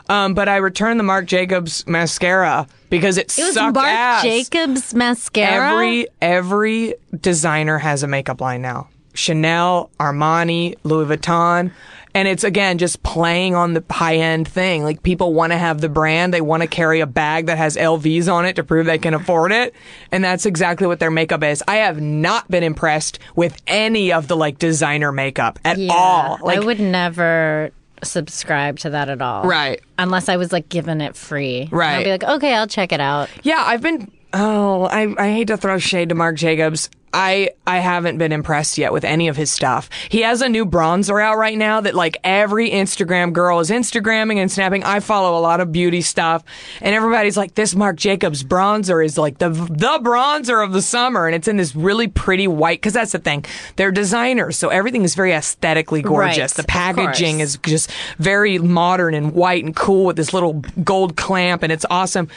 S2: um, but i returned the marc jacobs mascara because it,
S3: it was
S2: sucked
S3: Marc
S2: ass
S3: Jacobs mascara.
S2: every every designer has a makeup line now chanel armani louis vuitton and it's again just playing on the high end thing like people want to have the brand they want to carry a bag that has lvs on it to prove they can afford it and that's exactly what their makeup is i have not been impressed with any of the like designer makeup at
S3: Yeah,
S2: all like
S3: I would never subscribe to that at all.
S2: Right.
S3: Unless I was like given it free.
S2: Right.
S3: I'd be like, okay, I'll check it out.
S2: Yeah, I've been. Oh, I, I hate to throw shade to Marc Jacobs. I I haven't been impressed yet with any of his stuff. He has a new bronzer out right now that like every Instagram girl is Instagramming and snapping. I follow a lot of beauty stuff, and everybody's like, "This Marc Jacobs bronzer is like the the bronzer of the summer," and it's in this really pretty white. Because that's the thing, they're designers, so everything is very aesthetically gorgeous.
S3: Right,
S2: the
S3: of course.
S2: packaging is just very modern and white and cool with this little gold clamp, and it's awesome.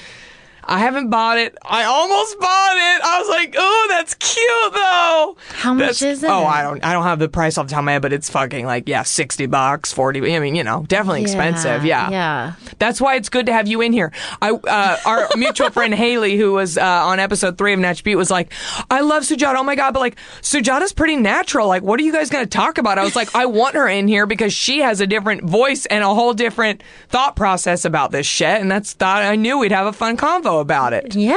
S2: I haven't bought it. I almost bought it. I was like, "Oh, that's cute, though."
S3: How much
S2: That's-
S3: is it?
S2: Oh, I don't. I don't have the price off the top of my head, but it's fucking like yeah, sixty bucks, forty. I mean, you know, definitely expensive. Yeah,
S3: Yeah.
S2: That's why it's good to have you in here. I, uh, our mutual friend Haley, who was uh, on episode three of Natch Beat, was like, "I love Sujata. Oh my god!" But like, Sujata's pretty natural. Like, what are you guys going to talk about? I was like, I want her in here because she has a different voice and a whole different thought process about this shit. And that's thought I knew we'd have a fun convo about it.
S3: Yeah.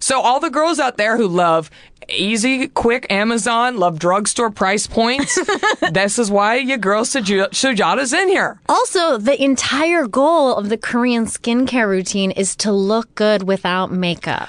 S2: So all the girls out there who love easy, quick Amazon, love drugstore price points, this is why your girl Suju- Sujata's in here.
S3: Also, the entire goal of the Korean skincare routine is to look good without makeup.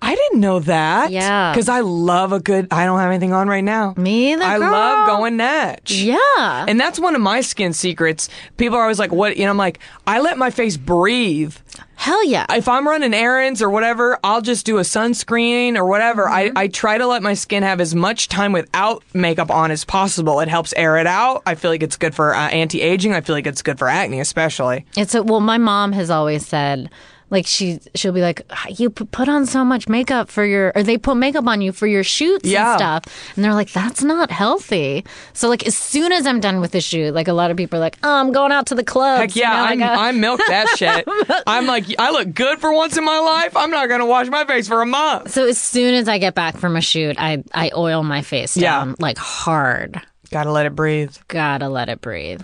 S2: I didn't know that.
S3: Yeah.
S2: Because I love a good, I don't have anything on right now.
S3: Me either,
S2: I
S3: girl.
S2: love going natch.
S3: Yeah.
S2: And that's one of my skin secrets. People are always like, what? You know, I'm like, I let my face breathe.
S3: Hell yeah.
S2: If I'm running errands or whatever, I'll just do a sunscreen or whatever.
S3: Mm-hmm.
S2: I, I try to let my skin have as much time without makeup on as possible. It helps air it out. I feel like it's good for uh, anti aging. I feel like it's good for acne, especially.
S3: It's a, well, my mom has always said, Like she she'll be like, "Ah, "You p- put on so much makeup for your," or they put makeup on you for your shoots
S2: Yeah.
S3: and stuff, and they're like, "That's not healthy." So like, as soon as I'm done with the shoot, like a lot of people are like, "Oh, I'm going out to the club."
S2: Heck yeah, I'm, I milk that <laughs> shit. I'm like, I look good for once in my life. I'm not gonna wash my face for a month.
S3: So as soon as I get back from a shoot, I I oil my face
S2: Yeah.
S3: down like hard.
S2: Gotta let it breathe.
S3: Gotta let it breathe.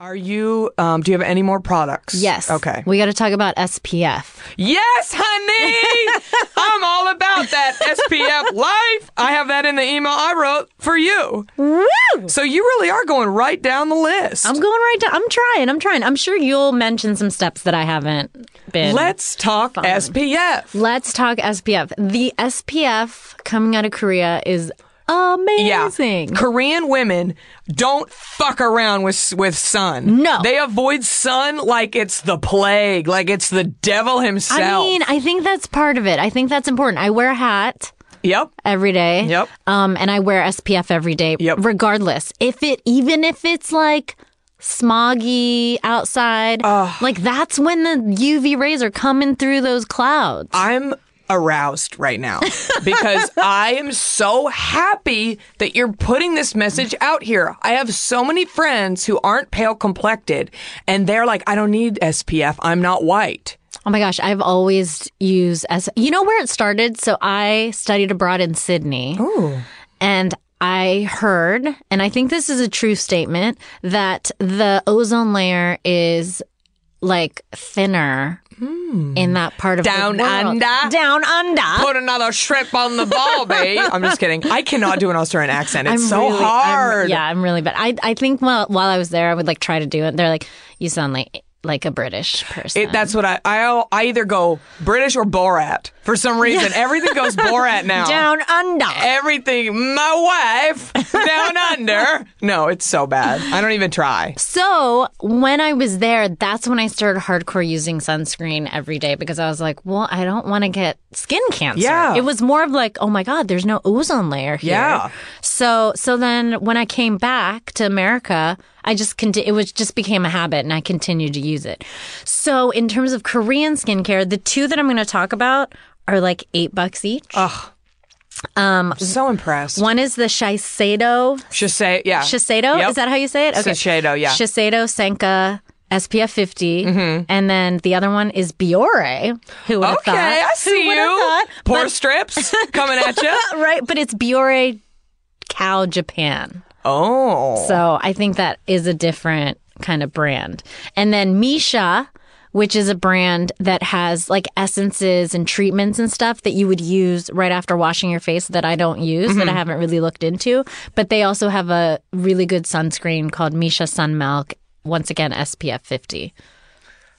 S2: Are you? Um, do you have any more products?
S3: Yes.
S2: Okay.
S3: We got to talk about SPF.
S2: Yes,
S3: <laughs>
S2: honey. I'm all about that SPF life. I have that in the email I wrote for you. Woo! So you really are going right down the list.
S3: I'm going right down. I'm trying. I'm trying. I'm sure you'll mention some steps that I haven't been.
S2: Let's talk SPF.
S3: let's talk SPF. The SPF coming out of Korea is amazing.
S2: Yeah. Korean women don't fuck around with with sun.
S3: No.
S2: They avoid sun like it's the plague, like it's the devil himself.
S3: I mean, I think that's part of it. I think that's important. I wear a hat.
S2: yep.
S3: every day.
S2: Yep.
S3: Um, and I wear SPF every day,
S2: Yep.
S3: regardless. If it, even if it's like smoggy outside, like that's when the UV rays are coming through those clouds.
S2: I'm aroused right
S3: <laughs>
S2: now because I am so happy that you're putting this message out here. I have so many friends who aren't pale complected and they're like, I don't need SPF. I'm not white.
S3: Oh my gosh, I've always used as you know where it started. So I studied abroad in Sydney. And I heard, and I think this is a true statement, that the ozone layer is like thinner in that part of
S2: Hmm. Down
S3: the world.
S2: under?
S3: Down under.
S2: Put another shrimp on the ball, babe. I'm just kidding. I cannot do an Australian accent. It's so
S3: really- I'm-
S2: hard.
S3: yeah, I'm really bad. I I think while while I was there, I would like try to do it. They're like, you sound like like a British person.
S2: It, that's what I, I I either go British or Borat for some reason. Everything goes
S3: <laughs>
S2: Borat now.
S3: down under.
S2: Everything, my wife
S3: <laughs>
S2: down under. No, it's so bad. I don't even try.
S3: So when I was there, that's when I started hardcore using sunscreen every day because I was like, well, I don't want to get skin cancer.
S2: Yeah.
S3: It was more of like, oh my god, there's no ozone layer here.
S2: Yeah.
S3: So so then when I came back to America, I just conti- it was just became a habit and I continued to use it. So in terms of Korean skincare, the two that I'm going to talk about are like eight bucks each.
S2: So impressed.
S3: One is the Shiseido.
S2: Shiseido, yeah.
S3: Shiseido?
S2: Yep.
S3: Is that how you say it?
S2: Shiseido, yeah. Mm-hmm.
S3: Shiseido Senka SPF 50. And then the other one is Biore. Who would have
S2: Okay,
S3: thought?
S2: I see
S3: <laughs> Who would have
S2: you.
S3: thought?
S2: Poor
S3: <laughs>
S2: strips coming at you.
S3: But- right, but it's Biore Cow Japan.
S2: Oh,
S3: So I think that is a different kind of brand. And then Misha, which is a brand that has like essences and treatments and stuff that you would use right after washing your face that I don't use,
S2: Mm-hmm.
S3: that I haven't really looked into. But they also have a really good sunscreen called Misha Sun Milk. Once again, SPF 50.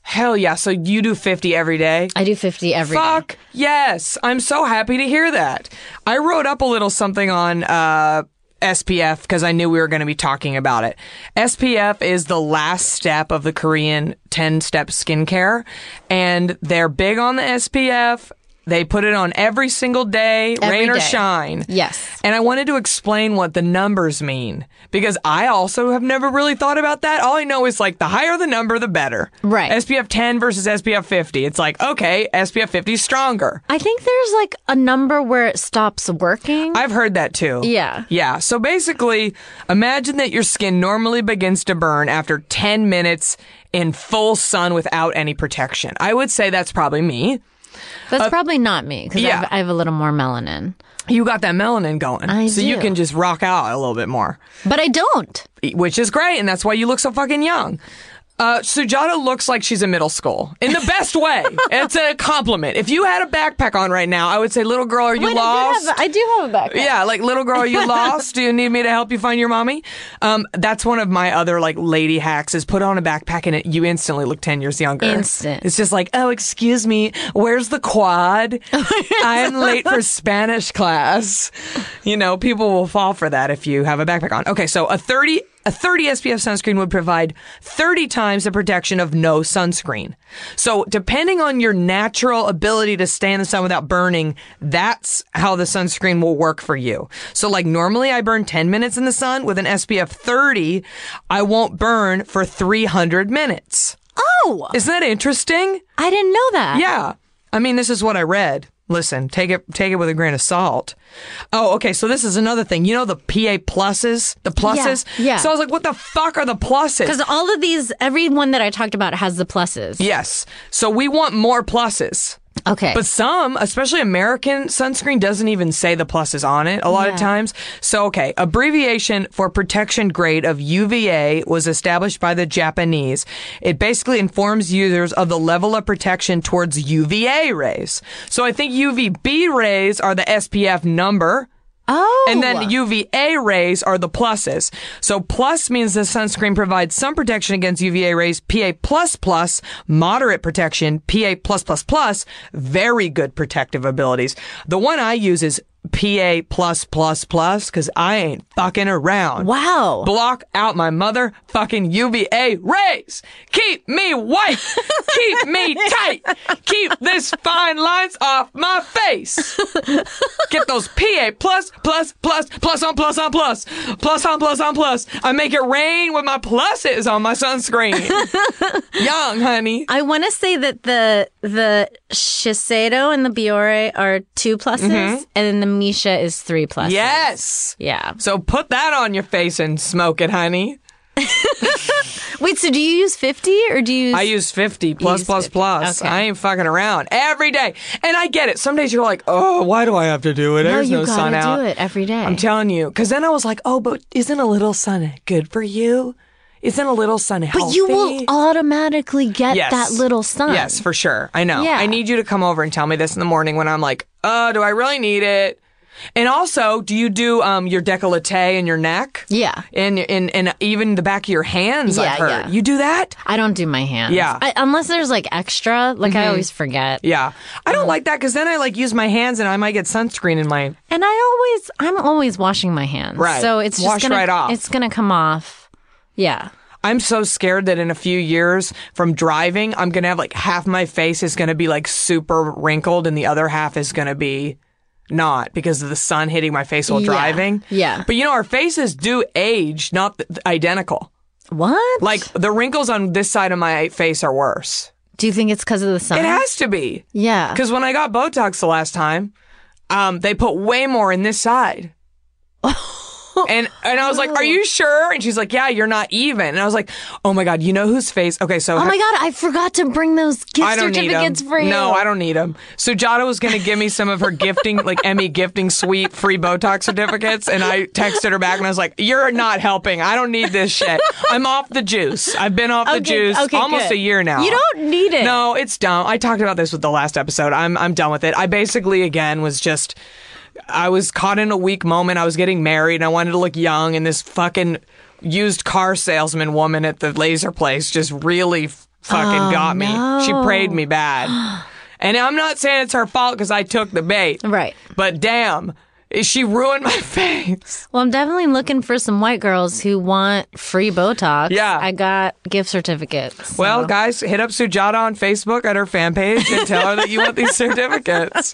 S2: hell yeah! So you do fifty every day.
S3: I do 50 every day.
S2: Fuck yes! I'm so happy to hear that. I wrote up a little something on uh, SPF because I knew we were going to be talking about it. SPF is the last step of the Korean ten step skincare, and they're big on the SPF. They put it on every single day,
S3: Every
S2: rain or
S3: day.
S2: shine.
S3: Yes.
S2: And I wanted to explain what the numbers mean because I also have never really thought about that. All I know is like the higher the number, the better.
S3: Right.
S2: SPF 10 versus SPF 50. It's like, okay, SPF 50 is stronger.
S3: I think there's like a number where it stops working.
S2: I've heard that too.
S3: Yeah.
S2: Yeah. So basically, imagine that your skin normally begins to burn after 10 minutes in full sun without any protection. I would say that's probably me.
S3: That's probably not me because
S2: uh, yeah.
S3: I have a little more melanin.
S2: You got that melanin going.
S3: I
S2: so you
S3: do.
S2: can just rock out a little bit more.
S3: But I don't.
S2: which is great, and that's why you look so fucking young. Uh, Sujata looks like she's in middle school in the best
S3: <laughs>
S2: way. it's a compliment. If you had a backpack on right now, I would say, "Little girl, are you
S3: Wait, I,
S2: lost?"
S3: do have, I do have a backpack.
S2: yeah, like little girl, are
S3: <laughs>
S2: you lost? Do you need me to help you find your mommy? Um, that's one of my other like lady hacks is put on a backpack and it, you instantly look ten years younger.
S3: Instant.
S2: It's just like, oh, excuse me, where's the quad? I'm late for Spanish class. You know, people will fall for that if you have a backpack on. Okay, so a thirty. A 30 SPF sunscreen would provide 30 times the protection of no sunscreen. So, depending on your natural ability to stay in the sun without burning, that's how the sunscreen will work for you. So, like normally I burn 10 minutes in the sun with an SPF 30, I won't burn for 300 minutes.
S3: Oh,
S2: Isn't that interesting?
S3: I didn't know that.
S2: Yeah. I mean, this is what I read. Listen, take it take it with a grain of salt. Oh, okay. So this is another thing. You know the PA pluses, the pluses.
S3: yeah.
S2: So I was like, what the fuck are the pluses?
S3: Because all of these, every one that I talked about has the pluses.
S2: Yes. So we want more pluses.
S3: Okay.
S2: But some, especially American sunscreen, doesn't even say the pluses on it a lot of times. So, okay, abbreviation for protection grade of UVA was established by the Japanese. It basically informs users of the level of protection towards UVA rays. So I think UVB rays are the SPF number.
S3: oh.
S2: And then UVA rays are the pluses. So plus means the sunscreen provides some protection against UVA rays, PA plus plus, moderate protection, PA plus plus plus, very good protective abilities. The one I use is PA plus plus plus because I ain't fucking around.
S3: Wow.
S2: Block out my motherfucking UVA rays. Keep me white. Keep me tight. Keep this fine lines off my face. Get those PA plus, plus, plus, plus on, plus on, plus, plus on, plus on, plus. I make it rain with my pluses on my sunscreen. Young, honey.
S3: I want to say that the the Shiseido and the Biore are two pluses,
S2: Mm-hmm.
S3: and then the Misha is three pluses.
S2: Yes.
S3: Yeah.
S2: So put that on your face and smoke it, honey.
S3: Wait, so do you use 50 or do you use.
S2: I use 50 plus
S3: use
S2: plus
S3: 50.
S2: plus.
S3: Okay.
S2: I ain't fucking around every day. And I get it. Some days you're like, oh, why do I have to do it?
S3: no,
S2: There's
S3: Oh, you
S2: no
S3: gotta
S2: sun
S3: do
S2: out.
S3: it every day.
S2: I'm telling you. Because then I was like, oh, but isn't a little sun good for you? Isn't a little sun healthy?
S3: But you will automatically get that little sun.
S2: Yes, for sure. I know.
S3: Yeah.
S2: I need you to come over and tell me this in the morning when I'm like, uh, do I really need it? And also, do you do um, your décolleté and your neck?
S3: Yeah.
S2: And, and, and even the back of your hands,
S3: Yeah,
S2: I've heard.
S3: yeah.
S2: You do that?
S3: I don't do my hands.
S2: Yeah. Mm-hmm.
S3: I, unless there's like extra, like I always forget.
S2: Yeah. I
S3: Um,
S2: don't like that because then I like use my hands and I might get sunscreen in my.
S3: And I always, I'm always washing my hands.
S2: Right.
S3: So it's just
S2: Wash
S3: gonna,
S2: right off.
S3: It's gonna come off. Yeah.
S2: I'm so scared that in a few years from driving, I'm going to have like half my face is going to be like super wrinkled and the other half is going to be not because of the sun hitting my face while
S3: Yeah.
S2: driving.
S3: Yeah.
S2: But you know, our faces do age, not th- identical.
S3: What?
S2: Like the wrinkles on this side of my face are worse.
S3: do you think it's because of the sun?
S2: It has to be.
S3: Yeah.
S2: Because when I got Botox the last time, um, they put way more in this
S3: <laughs>
S2: side. and and I was like, "Are you sure?" And she's like, "Yeah, you're not even." And I was like, "Oh my god, you know whose face?" Okay, so
S3: Oh my god, I forgot to bring those gift
S2: I don't need 'em.
S3: certificates for you.
S2: No, I don't need them. So Jada was going to give me some of her gifting, like Emmy gifting suite free Botox certificates, and I texted her back and I was like, "You're not helping. I don't need this shit. I'm off the juice. I've been off the
S3: Okay,
S2: juice
S3: okay,
S2: almost
S3: good.
S2: a year now.
S3: You don't need it.
S2: No, it's dumb. I talked about this with the last episode. I'm I'm done with it. I basically again was just." I was caught in a weak moment. I was getting married and I wanted to look young, and this fucking used car salesman woman at the laser place just really f- fucking
S3: Oh,
S2: got me. She prayed me
S3: <gasps>
S2: bad. And I'm not saying it's her fault because I took the bait.
S3: Right.
S2: But damn, she ruined my <laughs> face.
S3: Well, I'm definitely looking for some white girls who want free Botox.
S2: Yeah.
S3: I got gift certificates.
S2: Well,
S3: so-
S2: guys, hit up Sujata on Facebook at her fan page and tell her that you want these certificates.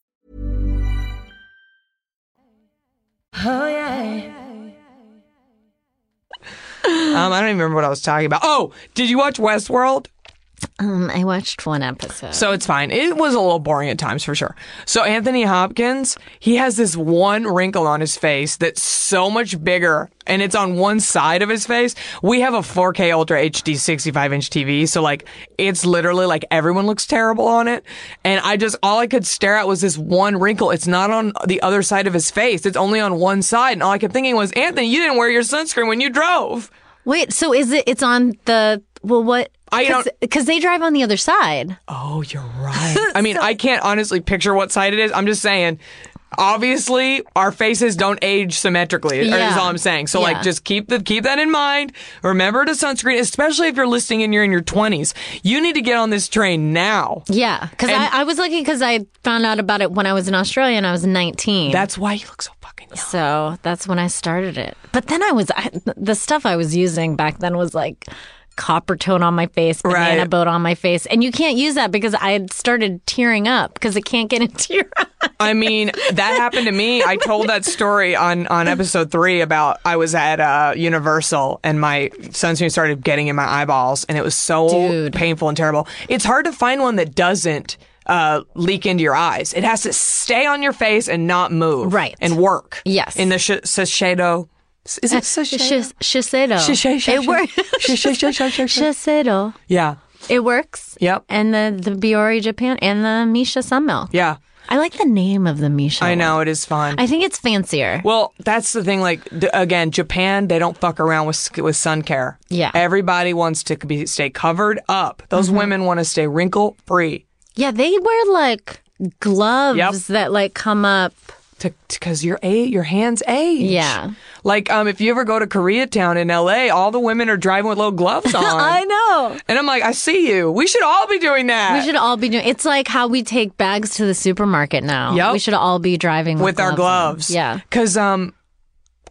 S2: Um, I don't even remember what I was talking about. Oh, did you watch Westworld?
S3: um, I watched one episode.
S2: So it's fine. It was a little boring at times for sure. So Anthony Hopkins, he has this one wrinkle on his face that's so much bigger and it's on one side of his face. We have a 4K Ultra HD 65 inch TV. So like it's literally like everyone looks terrible on it. And I just, all I could stare at was this one wrinkle. It's not on the other side of his face. It's only on one side. And all I kept thinking was, Anthony, you didn't wear your sunscreen when you drove.
S3: Wait, so is it? It's on the well, what?
S2: I don't-
S3: because they drive on the other side. <laughs>
S2: Oh, you're right. I mean, I can't honestly picture what side it is. I'm just saying obviously our faces don't age symmetrically. Is
S3: Yeah.
S2: all I'm saying. So like
S3: Yeah.
S2: just keep the keep that in mind. Remember to sunscreen, especially if you're listening and you're in your 20s. You need to get on this train now.
S3: Yeah, because
S2: And-
S3: I, I was lucky because I found out about it when I was in Australia and I was 19.
S2: That's why you look so fucking young.
S3: so that's when I started it. But then I was, I, the stuff I was using back then was like copper tone on my face, banana
S2: Right.
S3: boat on my face. And you can't use that because I had started tearing up because it can't get <laughs> into your eye.
S2: I mean, that happened to me. I told that story on, on episode three about I was at uh, Universal and my sunscreen started getting in my eyeballs and it was so
S3: Dude.
S2: painful and terrible. It's hard to find one that doesn't uh, leak into your eyes. It has to stay on your face and not move.
S3: Right.
S2: And work.
S3: Yes. Uh,
S2: In the sh- Shiseido. Is it Shiseido?
S3: Shis- Shiseido. It works.
S2: works.
S3: Shiseido.
S2: Yeah.
S3: It works.
S2: Yep.
S3: And the, the Biore Japan and the Misha Sun Milk.
S2: Yeah.
S3: I like the name of the Misha.
S2: I
S3: one.
S2: know. It is fun.
S3: I think it's fancier.
S2: Well, that's the thing. Like th- again, Japan, they don't fuck around with sk- with sun care.
S3: Yeah. Mm-hmm.
S2: everybody wants to be stay covered up. Those women want to stay wrinkle free
S3: Yeah, they wear like gloves
S2: Yep.
S3: that like come up.
S2: because your a your hands age.
S3: Yeah.
S2: like um, if you ever go to Koreatown in L.A., all the women are driving with little
S3: <laughs>
S2: gloves on.
S3: know.
S2: And I'm like, I see you. We should all be doing that.
S3: We should all be doing. It's like how we take bags to the supermarket now.
S2: Yep.
S3: We should all be driving with,
S2: with our
S3: on.
S2: gloves.
S3: Yeah.
S2: Cause um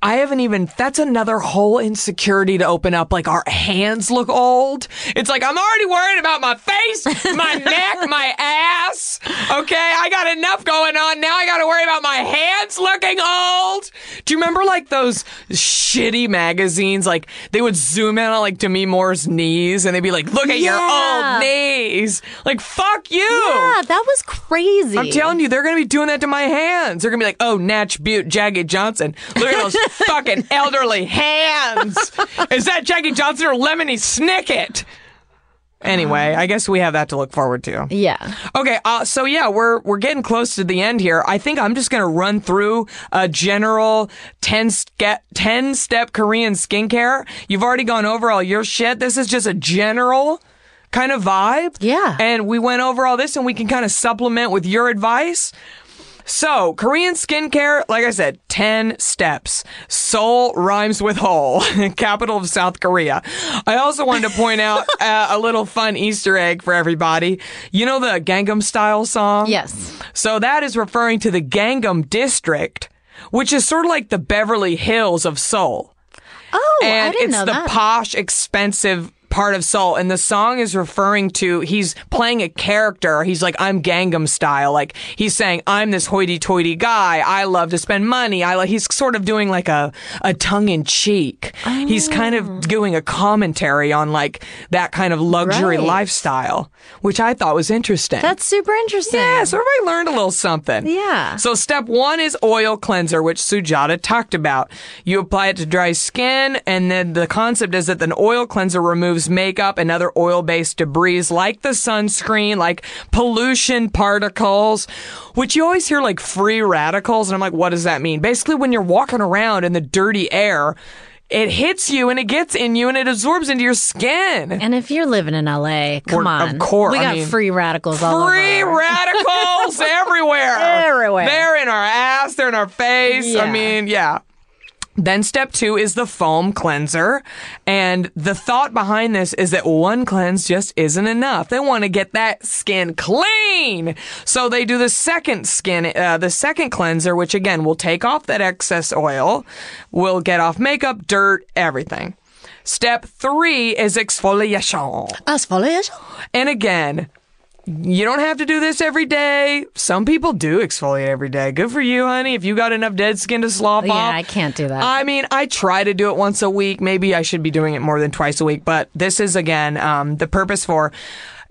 S2: I haven't even that's another whole insecurity to open up. Like our hands look old. It's like I'm already worried about my face,
S3: <laughs>
S2: my neck, my ass. Okay, I got enough going on. Now I gotta worry about my hands looking old. Do you remember like those shitty magazines? Like they would zoom in on like Demi Moore's knees and they'd be like, look at
S3: Yeah.
S2: your old knees. Like fuck you.
S3: Yeah, that was crazy.
S2: Oh. I'm telling you, they're gonna be doing that to my hands. They're gonna be like, "Oh, Natch Butte, Jackie Johnson. Look at those fucking elderly hands. Is that Jackie Johnson or Lemony Snicket?" Anyway, I guess we have that to look forward to.
S3: Yeah.
S2: Okay, uh, so yeah, we're we're getting close to the end here. I think I'm just gonna run through a general 10 step 10 step Korean skincare. You've already gone over all your shit. This is just a general kind of vibe.
S3: Yeah.
S2: And we went over all this and we can kind of supplement with your advice. So, Korean skincare, like I said, 10 steps. Seoul rhymes with Hole, <laughs> capital of South Korea. I also wanted to point out uh, a little fun Easter egg for everybody. You know the Gangnam Style song?
S3: Yes.
S2: So that is referring to the Gangnam District, which is sort of like the Beverly Hills of Seoul.
S3: Oh,
S2: and
S3: I didn't
S2: it's
S3: know
S2: the
S3: that.
S2: posh, expensive part of Seoul. And the song is referring to he's playing a character. He's like, I'm Gangnam style. Like he's saying, I'm this hoity-toity guy. I love to spend money. I like. He's sort of doing like a a tongue-in-cheek. He's kind
S3: Oh.
S2: of doing a commentary on like that kind of luxury
S3: Right.
S2: lifestyle, which I thought was interesting.
S3: That's super interesting.
S2: Yeah, so everybody learned a little something.
S3: Yeah.
S2: So step one is oil cleanser, which Sujata talked about. You apply it to dry skin, and then the concept is that an oil cleanser removes makeup and other oil-based debris like the sunscreen, like pollution particles, which you always hear like free radicals, and I'm like, what does that mean? Basically, when you're walking around in the dirty air, it hits you and it gets in you and it absorbs into your skin.
S3: And if you're living in LA, come
S2: We're- of
S3: on.
S2: course,
S3: We
S2: I
S3: got
S2: mean,
S3: free radicals all over.
S2: Free
S3: <laughs>
S2: radicals everywhere.
S3: Everywhere.
S2: They're in our ass, they're in our face. I
S3: Yeah.
S2: mean, yeah. Then step two is the foam cleanser. And the thought behind this is that one cleanse just isn't enough. They want to get that skin clean. So they do the second skin, uh, the second cleanser, which again will take off that excess oil, will get off makeup, dirt, everything. Step three is exfoliation.
S3: Us foliage?
S2: And again, you don't have to do this every day. Some people do exfoliate every day. Good for you, honey. If you got enough dead skin to slop
S3: Yeah,
S2: off.
S3: I can't do that.
S2: I mean, I try to do it once a week. Maybe I should be doing it more than twice a week. But this is again um, the purpose for.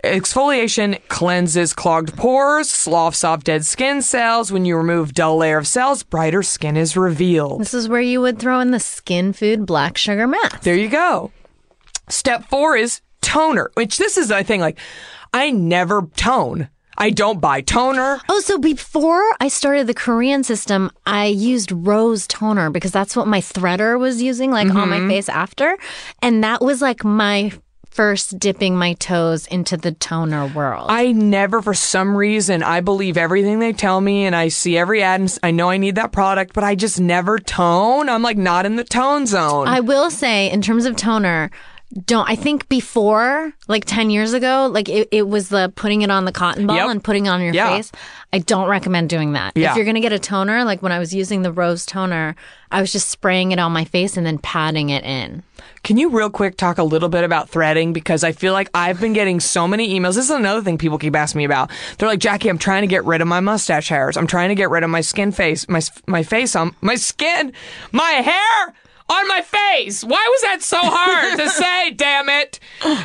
S2: Exfoliation cleanses clogged pores, sloughs off dead skin cells. When you remove dull layer of cells, brighter skin is revealed.
S3: This is where you would throw in the skin food black sugar mask.
S2: There you go. Step four is toner, which this is I think like I never tone. I don't buy toner.
S3: Oh, so before I started the Korean system, I used rose toner
S2: Mm-hmm.
S3: because that's what my threader was using, like on my face after. And that was like my first dipping my toes into the toner world.
S2: I never, for some reason, I believe everything they tell me and I see every ad and s- I know I need that product, but I just never tone. I'm like not in the tone zone.
S3: I will say, in terms of toner, don't I think before like ten years ago, like it, it was the putting it on the cotton ball
S2: Yep.
S3: and putting it on your
S2: Yeah.
S3: face. I don't recommend doing that.
S2: Yeah.
S3: If you're gonna get a toner, like when I was using the rose toner, I was just spraying it on my face and then patting it in.
S2: Can you real quick talk a little bit about threading? Because I feel like I've been getting so many emails. This is another thing people keep asking me about. They're like, Jackie, I'm trying to get rid of my mustache hairs. I'm trying to get rid of my skin face, my, s- my face on my skin, my hair on my face. Why was that so hard
S3: <laughs>
S2: to say? Damn it.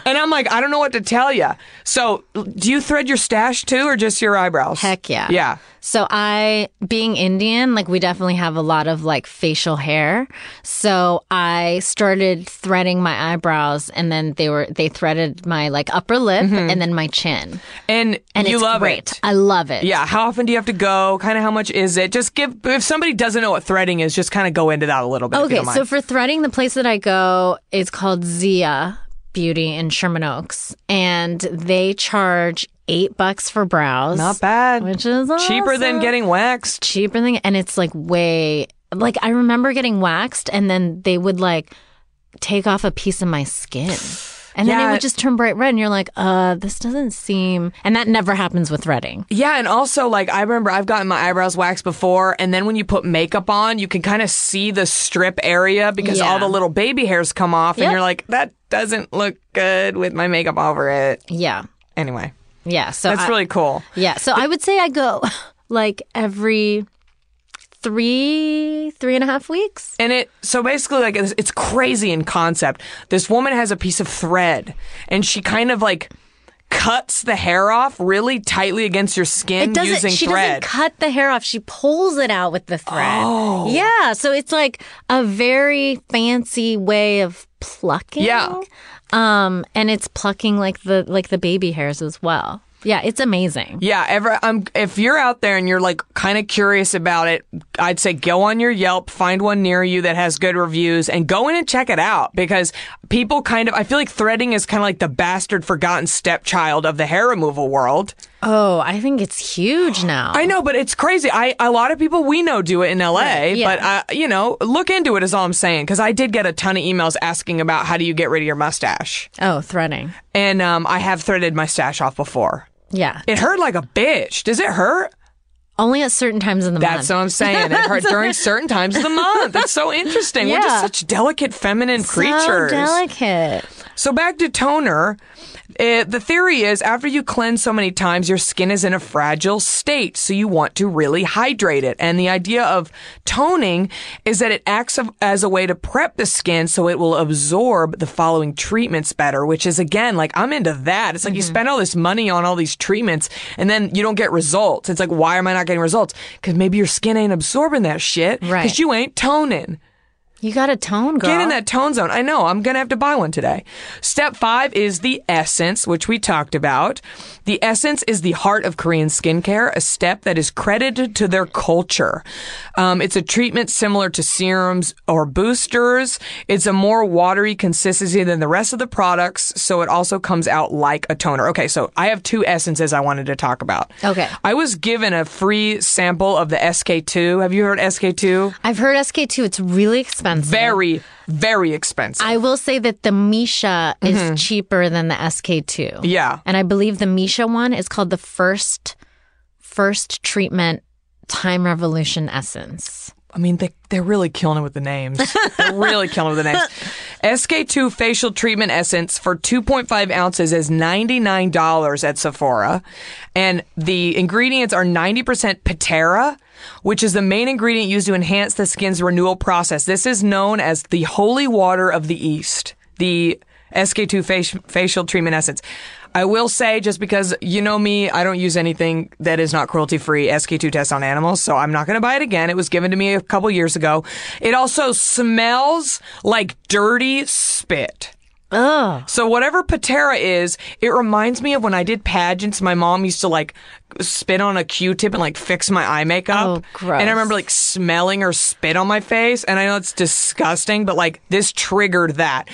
S2: And I'm like, I don't know what to tell you. So l- do you thread your stash too or just your eyebrows?
S3: Heck yeah.
S2: Yeah.
S3: So I, being Indian, like we definitely have a lot of like facial hair. So I started threading my eyebrows and then they were, they threaded my like upper lip and then my chin.
S2: And,
S3: And
S2: Mm-hmm. you
S3: it's
S2: love
S3: great.
S2: it.
S3: I love it.
S2: Yeah, how often do you have to go? Kind of how much is it? Just give if somebody doesn't know what threading is, just kind of go into that a little bit. if you
S3: Okay.
S2: don't mind.
S3: So for threading, the place that I go is called Zia Beauty in Sherman Oaks and they charge eight bucks for brows.
S2: not bad,
S3: Which is
S2: cheaper than
S3: awesome.
S2: getting waxed.
S3: cheaper than and it's like way like I remember getting waxed and then they would like take off a piece of my skin. And then
S2: Yeah.
S3: it would just turn bright red and you're like, uh, this doesn't seem and that never happens with threading.
S2: Yeah, and also like I remember I've gotten my eyebrows waxed before, and then when you put makeup on, you can kind of see the strip area because
S3: Yeah.
S2: all the little baby hairs come off, and
S3: Yep.
S2: you're like, that doesn't look good with my makeup over it.
S3: Yeah.
S2: Anyway,
S3: Yeah. So
S2: that's
S3: I-
S2: really cool.
S3: Yeah. So I would say I go <laughs> like every three, three and a half weeks.
S2: And it so basically like it's, it's crazy in concept. This woman has a piece of thread, and she kind of like cuts the hair off really tightly against your skin
S3: It doesn't
S2: using
S3: she
S2: thread.
S3: doesn't cut the hair off, she pulls it out with the thread. Oh. Yeah. So it's like a very fancy way of plucking.
S2: Yeah.
S3: Um, and it's plucking like the like the baby hairs as well. Yeah, it's amazing.
S2: yeah, ever um, if you're out there and you're like kind of curious about it, I'd say go on your Yelp, find one near you that has good reviews, and go in and check it out because people kind of I feel like threading is kind of like the bastard forgotten stepchild of the hair removal world.
S3: Oh, I think it's huge now.
S2: I know, but it's crazy. I a lot of people we know do it in LA,
S3: yeah.
S2: but I, you know, look into it is all I'm saying because I did get a ton of emails asking about how do you get rid of your mustache,
S3: oh, threading.
S2: and um, I have threaded my stash off before.
S3: Yeah.
S2: It hurt like a bitch. Does it hurt?
S3: Only at certain times in the
S2: That's what
S3: month.
S2: I'm saying. It hurt
S3: <laughs>
S2: during certain times of the month. That's so interesting. We're
S3: Yeah.
S2: just such delicate feminine creatures.
S3: So delicate.
S2: So back to toner. eh, the theory is after you cleanse so many times, your skin is in a fragile state, so you want to really hydrate it. And the idea of toning is that it acts of- as a way to prep the skin so it will absorb the following treatments better, which is again, like I'm into that. It's like you spend all this money on all these treatments and then you don't get results. It's like, why am I not getting results? Because maybe your skin ain't absorbing that shit because
S3: Right.
S2: you ain't toning.
S3: You got a tone, girl.
S2: Get in that tone zone. I know. I'm going to have to buy one today. Step five is the essence, which we talked about. The essence is the heart of Korean skincare, a step that is credited to their culture. Um, it's a treatment similar to serums or boosters. It's a more watery consistency than the rest of the products, so it also comes out like a toner. Okay, so I have two essences I wanted to talk about.
S3: Okay.
S2: I was given a free sample of the SK2. Have you heard SK2?
S3: I've heard SK2, it's really expensive.
S2: Very, very expensive.
S3: I will say that the Misha is
S2: Mm-hmm.
S3: cheaper than the SK2.
S2: Yeah.
S3: And I believe the Misha one is called the first first treatment time revolution essence.
S2: I mean, they, they're really killing it with the names. they're really killing it with the names. SK2 facial treatment essence for 2.5 ounces is $99 at Sephora. And the ingredients are 90% patera, which is the main ingredient used to enhance the skin's renewal process. This is known as the holy water of the East, the SK2 faci- facial treatment essence. I will say, just because you know me, I don't use anything that is not cruelty free SK2 test on animals, so I'm not going to buy it again. It was given to me a couple years ago. It also smells like dirty spit.
S3: Ugh.
S2: So whatever Patera is, it reminds me of when I did pageants. My mom used to like spit on a Q-tip and like fix my eye makeup.
S3: Oh, gross.
S2: And I remember like smelling her spit on my face. And I know it's disgusting, but like this triggered that.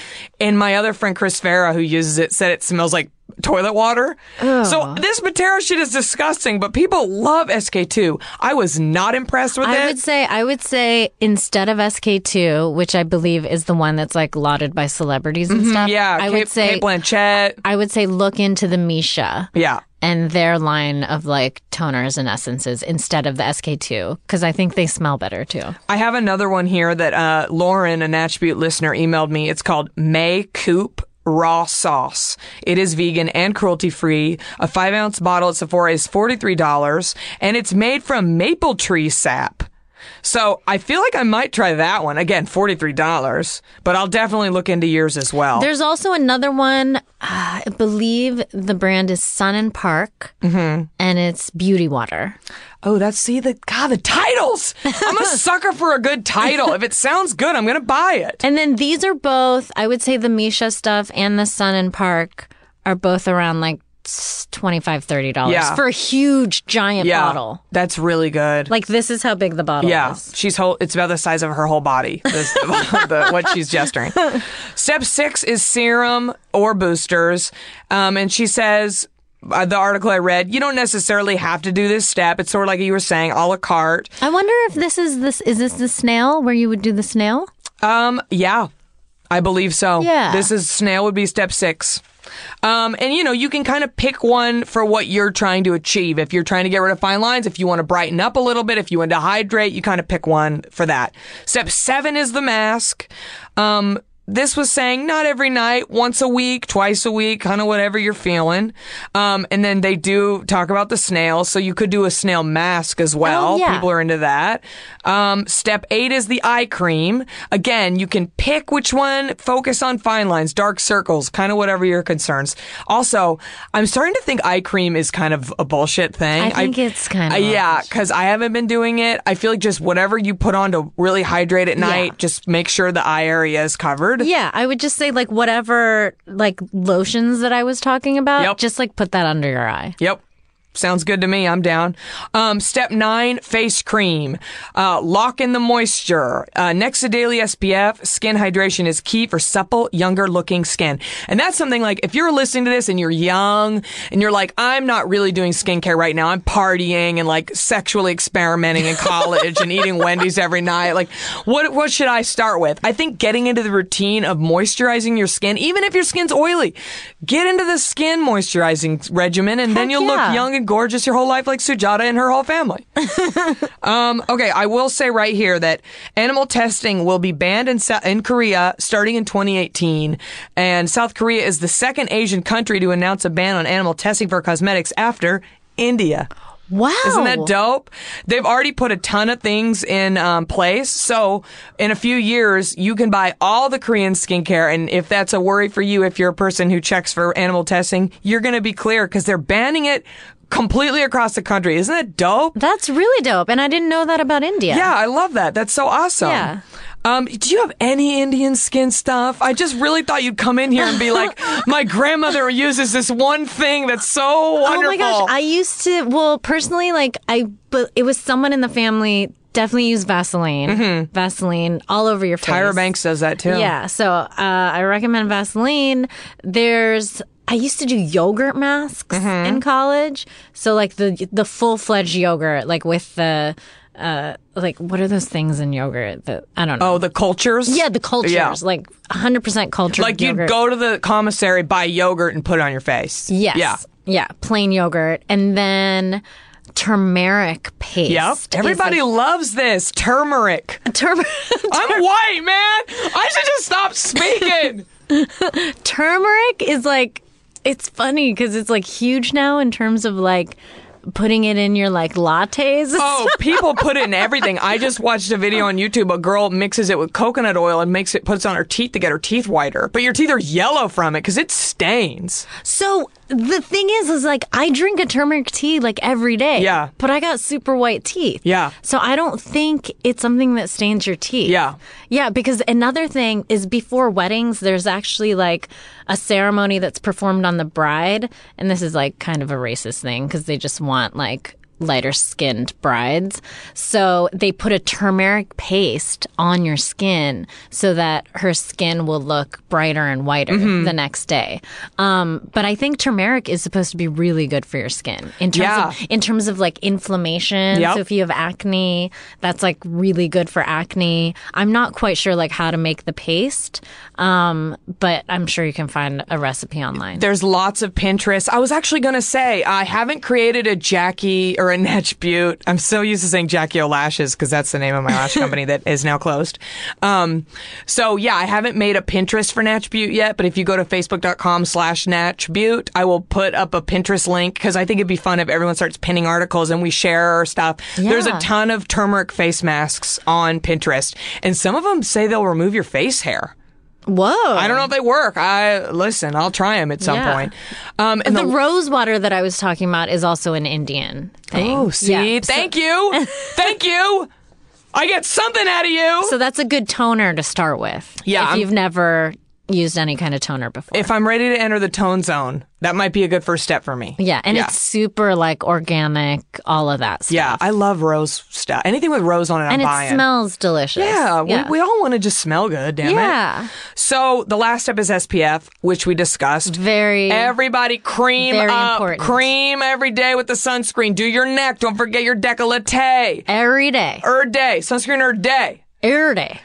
S2: And my other friend Chris Farah, who uses it, said it smells like toilet water. So this Patera shit is disgusting, but people love SK2. I was not impressed with
S3: I
S2: it.
S3: would say I would say instead of SK2, which I believe is the one that's like lauded by celebrities and stuff.
S2: yeah,
S3: I
S2: Kate,
S3: would say
S2: Kate Blanchett.
S3: I would say look into the Misha
S2: yeah.
S3: and their line of like toners and essences instead of the SK2 because I think they smell better too.
S2: I have another one here that uh, Lauren, an attribute listener, emailed me. It's called May Coop Raw Sauce. It is vegan and cruelty free. A five ounce bottle at Sephora is $43, and it's made from maple tree sap. So I feel like I might try that one. Again, $43, but I'll definitely look into yours as well.
S3: There's also another one. Uh, I believe the brand is Sun and Park, and it's beauty water.
S2: oh, that's see the God, the titles. I'm
S3: <laughs>
S2: a sucker for a good title. If it sounds good, I'm going to buy it.
S3: And then these are both. I would say the Misha stuff and the Sun and Park are both around like $25, $30
S2: Yeah.
S3: for a huge, giant
S2: Yeah.
S3: bottle.
S2: That's really good.
S3: Like this is how big the bottle
S2: Yeah,
S3: is.
S2: she's whole. It's about the size of her whole body. This, the, <laughs> what she's gesturing. Step six is serum or boosters, um, and she says. Uh, the article I read, you don't necessarily have to do this step. It's sort of like you were saying, a la carte.
S3: I wonder if this is this is this the snail where you would do the snail?
S2: Um, yeah, I believe so.
S3: Yeah.
S2: This is snail would be step six. Um, and you know, you can kind of pick one for what you're trying to achieve. If you're trying to get rid of fine lines, if you want to brighten up a little bit, if you want to hydrate, you kind of pick one for that. Step seven is the mask. Um, this was saying not every night, once a week, twice a week, kind of whatever you're feeling. Um, and then they do talk about the snail, so you could do a snail mask as well.
S3: Oh, yeah.
S2: People are into that. Um, step eight is the eye cream. Again, you can pick which one, focus on fine lines, dark circles, kind of whatever your concerns. Also, I'm starting to think eye cream is kind of a bullshit thing.
S3: I think it's kind of
S2: Uh, yeah, because I haven't been doing it. I feel like just whatever you put on to really hydrate at night, just make sure the eye area is covered.
S3: Yeah, I would just say like whatever like lotions that I was talking about,
S2: Yep.
S3: just like put that under your eye.
S2: Yep. Sounds good to me. I'm down. Um, step nine, face cream. Uh, lock in the moisture. Uh, next to daily SPF, skin hydration is key for supple, younger looking skin. And that's something like if you're listening to this and you're young and you're like, I'm not really doing skincare right now. I'm partying and like sexually experimenting in college and
S3: <laughs>
S2: eating Wendy's every night. Like, what, what should I start with? I think getting into the routine of moisturizing your skin, even if your skin's oily, get into the skin moisturizing regimen and then
S3: Heck
S2: you'll look
S3: yeah.
S2: young and gorgeous your whole life like Sujata and her whole
S3: <laughs>
S2: family. um, okay, I will say right here that animal testing will be banned in, Sou- in Korea starting in 2018. And South Korea is the second Asian country to announce a ban on animal testing for cosmetics after India.
S3: Wow.
S2: Isn't that dope? They've already put a ton of things in um, place. So in a few years, you can buy all the Korean skincare. And if that's a worry for you, if you're a person who checks for animal testing, you're going to be clear because they're banning it completely across the country. Isn't that dope?
S3: That's really dope. And I didn't know that about India.
S2: Yeah, I love that. That's so awesome.
S3: Yeah.
S2: Um, do you have any Indian skin stuff? I just really thought you'd come in here and
S3: <laughs>
S2: be like, my grandmother uses this one thing that's so wonderful.
S3: Oh my gosh, I used to. Well, personally, like I, but it was someone in the family definitely used Vaseline, Vaseline all over your face.
S2: Tyra Mm-hmm. Banks does that too.
S3: Yeah, so uh, I recommend Vaseline. There's. I used to do yogurt masks
S2: Mm-hmm.
S3: in college, so like the the full fledged yogurt, like with the. Uh, like what are those things in yogurt that I don't know?
S2: Oh, the cultures?
S3: yeah, the cultures,
S2: yeah.
S3: like 100% culture.
S2: Like you'd go to the commissary, buy yogurt, and put it on your face.
S3: Yes.
S2: Yeah.
S3: Yeah. Plain yogurt. And then turmeric paste.
S2: Yep.
S3: is
S2: Everybody
S3: like,
S2: loves this.
S3: <laughs>
S2: Turmeric.
S3: Turm-
S2: I'm white, man. I should just stop
S3: <laughs>
S2: speaking.
S3: turmeric is like it's funny because it's like huge now in terms of like putting it in your like lattes.
S2: Oh, people put it in everything. I just watched a video on YouTube. A girl mixes it with coconut oil and makes it puts it on her teeth to get her teeth whiter. But your teeth are yellow from it because it stains.
S3: So the thing is, is like I drink a turmeric tea like every day.
S2: Yeah.
S3: But I got super white teeth.
S2: Yeah.
S3: So I don't think it's something that stains your teeth.
S2: Yeah.
S3: Yeah, because another thing is before weddings, there's actually like a ceremony that's performed on the bride, and this is like kind of a racist thing because they just want like lighter skinned brides. So they put a turmeric paste on your skin so that her skin will look brighter and whiter the next day. Um, but I think turmeric is supposed to be really good for your skin in terms
S2: Yeah.
S3: of in terms of like inflammation.
S2: Yep.
S3: So if you have acne, that's like really good for acne. I'm not quite sure like how to make the paste, um, but I'm sure you can find a recipe online.
S2: There's lots of Pinterest. I was actually going to say, I haven't created a Jackie or a Natch Butte. I'm so used to saying Jackie O'Lashes because that's the name of my lash company that is now closed. Um, so yeah, I haven't made a Pinterest for Natch Butte yet, but if you go to facebook.com slash Natch Butte, I will put up a Pinterest link because I think it'd be fun if everyone starts pinning articles and we share our stuff. There's a
S3: Yeah.
S2: ton of turmeric face masks on Pinterest and some of them say they'll remove your face hair.
S3: Whoa.
S2: I don't know if they work. I listen. I'll try them at some
S3: Yeah.
S2: point. Um, and
S3: the,
S2: the,
S3: rose water that I was talking about is also an Indian thing.
S2: oh, see,
S3: Yeah.
S2: thank
S3: <laughs>
S2: you, thank you. I get something out of you.
S3: So that's a good toner to start with.
S2: Yeah,
S3: If
S2: I'm-
S3: you've never used any kind of toner before.
S2: if I'm ready to enter the tone zone, that might be a good first step for me.
S3: yeah, and
S2: yeah.
S3: it's super like organic, all of that stuff.
S2: yeah. I love rose stuff. Anything with rose on it, I'm
S3: and it
S2: buying.
S3: smells delicious.
S2: yeah, We, we all want to just smell good. Damn
S3: Yeah.
S2: it. So the last step is SPF, which we discussed.
S3: Very
S2: Everybody cream
S3: Very
S2: up,
S3: important.
S2: cream every day with the sunscreen. Do your neck. Don't forget your décolleté.
S3: every day.
S2: Er day, sunscreen er day.
S3: Every day.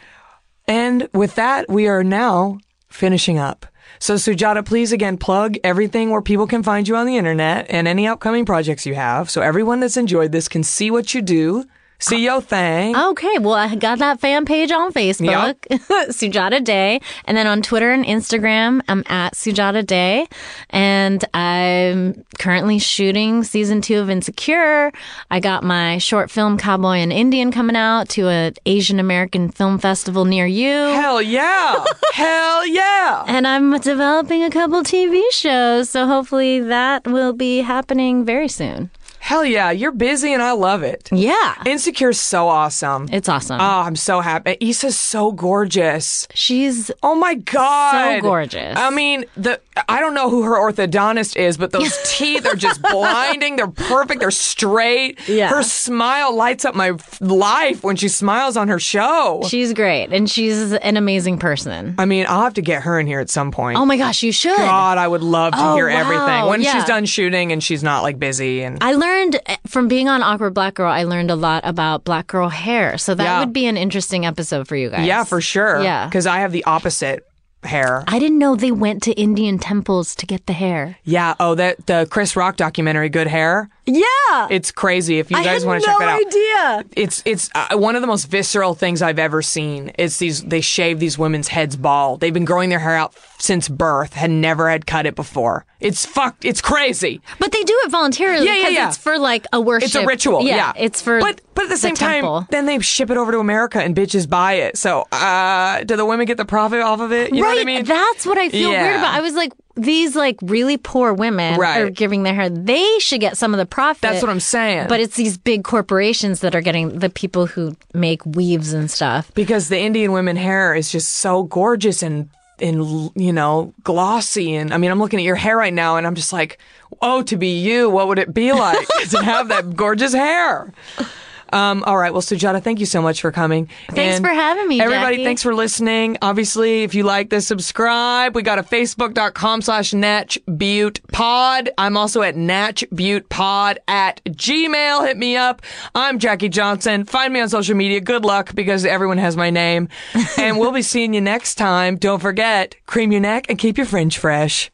S2: And with that, we are now finishing up. So, Sujata, please again plug everything where people can find you on the internet and any upcoming projects you have. So, everyone that's enjoyed this can see what you do, see your thing.
S3: Okay, well, I got that fan page on Facebook, <laughs> Sujata Day, and then on Twitter and Instagram, I'm at Sujata Day, and I'm currently shooting season two of Insecure. I got my short film Cowboy and Indian coming out to an Asian American film festival near you.
S2: Hell yeah. Hell yeah.
S3: And I'm developing a couple TV shows, so hopefully that will be happening very soon.
S2: Hell yeah. You're busy and I love it.
S3: Yeah.
S2: Insecure's so awesome.
S3: It's awesome.
S2: Oh, I'm so happy. Issa's so gorgeous.
S3: She's
S2: Oh my god.
S3: So gorgeous.
S2: I mean, the I don't know who her orthodontist is, but
S3: <laughs>
S2: those teeth are just blinding. They're perfect. They're straight.
S3: Yeah.
S2: Her smile lights up my f- life when she smiles on her show.
S3: she's great, and she's an amazing person.
S2: I mean, I'll have to get her in here at some point.
S3: Oh my gosh, you should.
S2: god, I would love to
S3: Oh,
S2: hear
S3: wow.
S2: everything. When she's
S3: Yeah.
S2: done shooting and she's not like busy and
S3: I learned eh, from being on Awkward Black Girl, I learned a lot about black girl hair. So that
S2: Yeah.
S3: would be an interesting episode for you guys.
S2: Yeah, for sure.
S3: Yeah.
S2: Cuz I have the opposite hair.
S3: I didn't know they went to Indian temples to get the hair.
S2: yeah, oh that the Chris Rock documentary Good Hair.
S3: Yeah.
S2: It's crazy if you guys want to check that out.
S3: idea.
S2: it's it's uh, one of the most visceral things I've ever seen. It's these they shave these women's heads bald. They've been growing their hair out since birth, had never had cut it before. It's fucked. It's crazy.
S3: But they do it voluntarily
S2: Yeah, yeah,
S3: because
S2: yeah.
S3: it's for like a worship.
S2: It's a ritual. Yeah,
S3: It's for
S2: but but at the same time,
S3: temple.
S2: then they ship it over to America and bitches buy it. So uh, do the women get the profit off of it? You
S3: right.
S2: know what I mean?
S3: That's what I feel weird
S2: Yeah.
S3: about. I was like, these like really poor women are
S2: Right.
S3: giving their hair. They should get some of the profit.
S2: That's what I'm saying.
S3: But it's these big corporations that are getting the people who make weaves and stuff.
S2: because the Indian women hair is just so gorgeous and and you know glossy and I mean I'm looking at your hair right now and I'm just like oh to be you what would it be like <laughs> to have that gorgeous hair. Um, all right, well, Sujata, thank you so much for coming.
S3: Thanks for having me,
S2: everybody.
S3: Jackie.
S2: Thanks for listening. Obviously, if you like this, subscribe. We got a Facebook.com/slash Natch Butte Pod. I'm also at Natch Butte Pod at Gmail. Hit me up. I'm Jackie Johnson. Find me on social media. Good luck because everyone has my
S3: <laughs>
S2: name, and we'll be seeing you next time. Don't forget, cream your neck and keep your fringe fresh.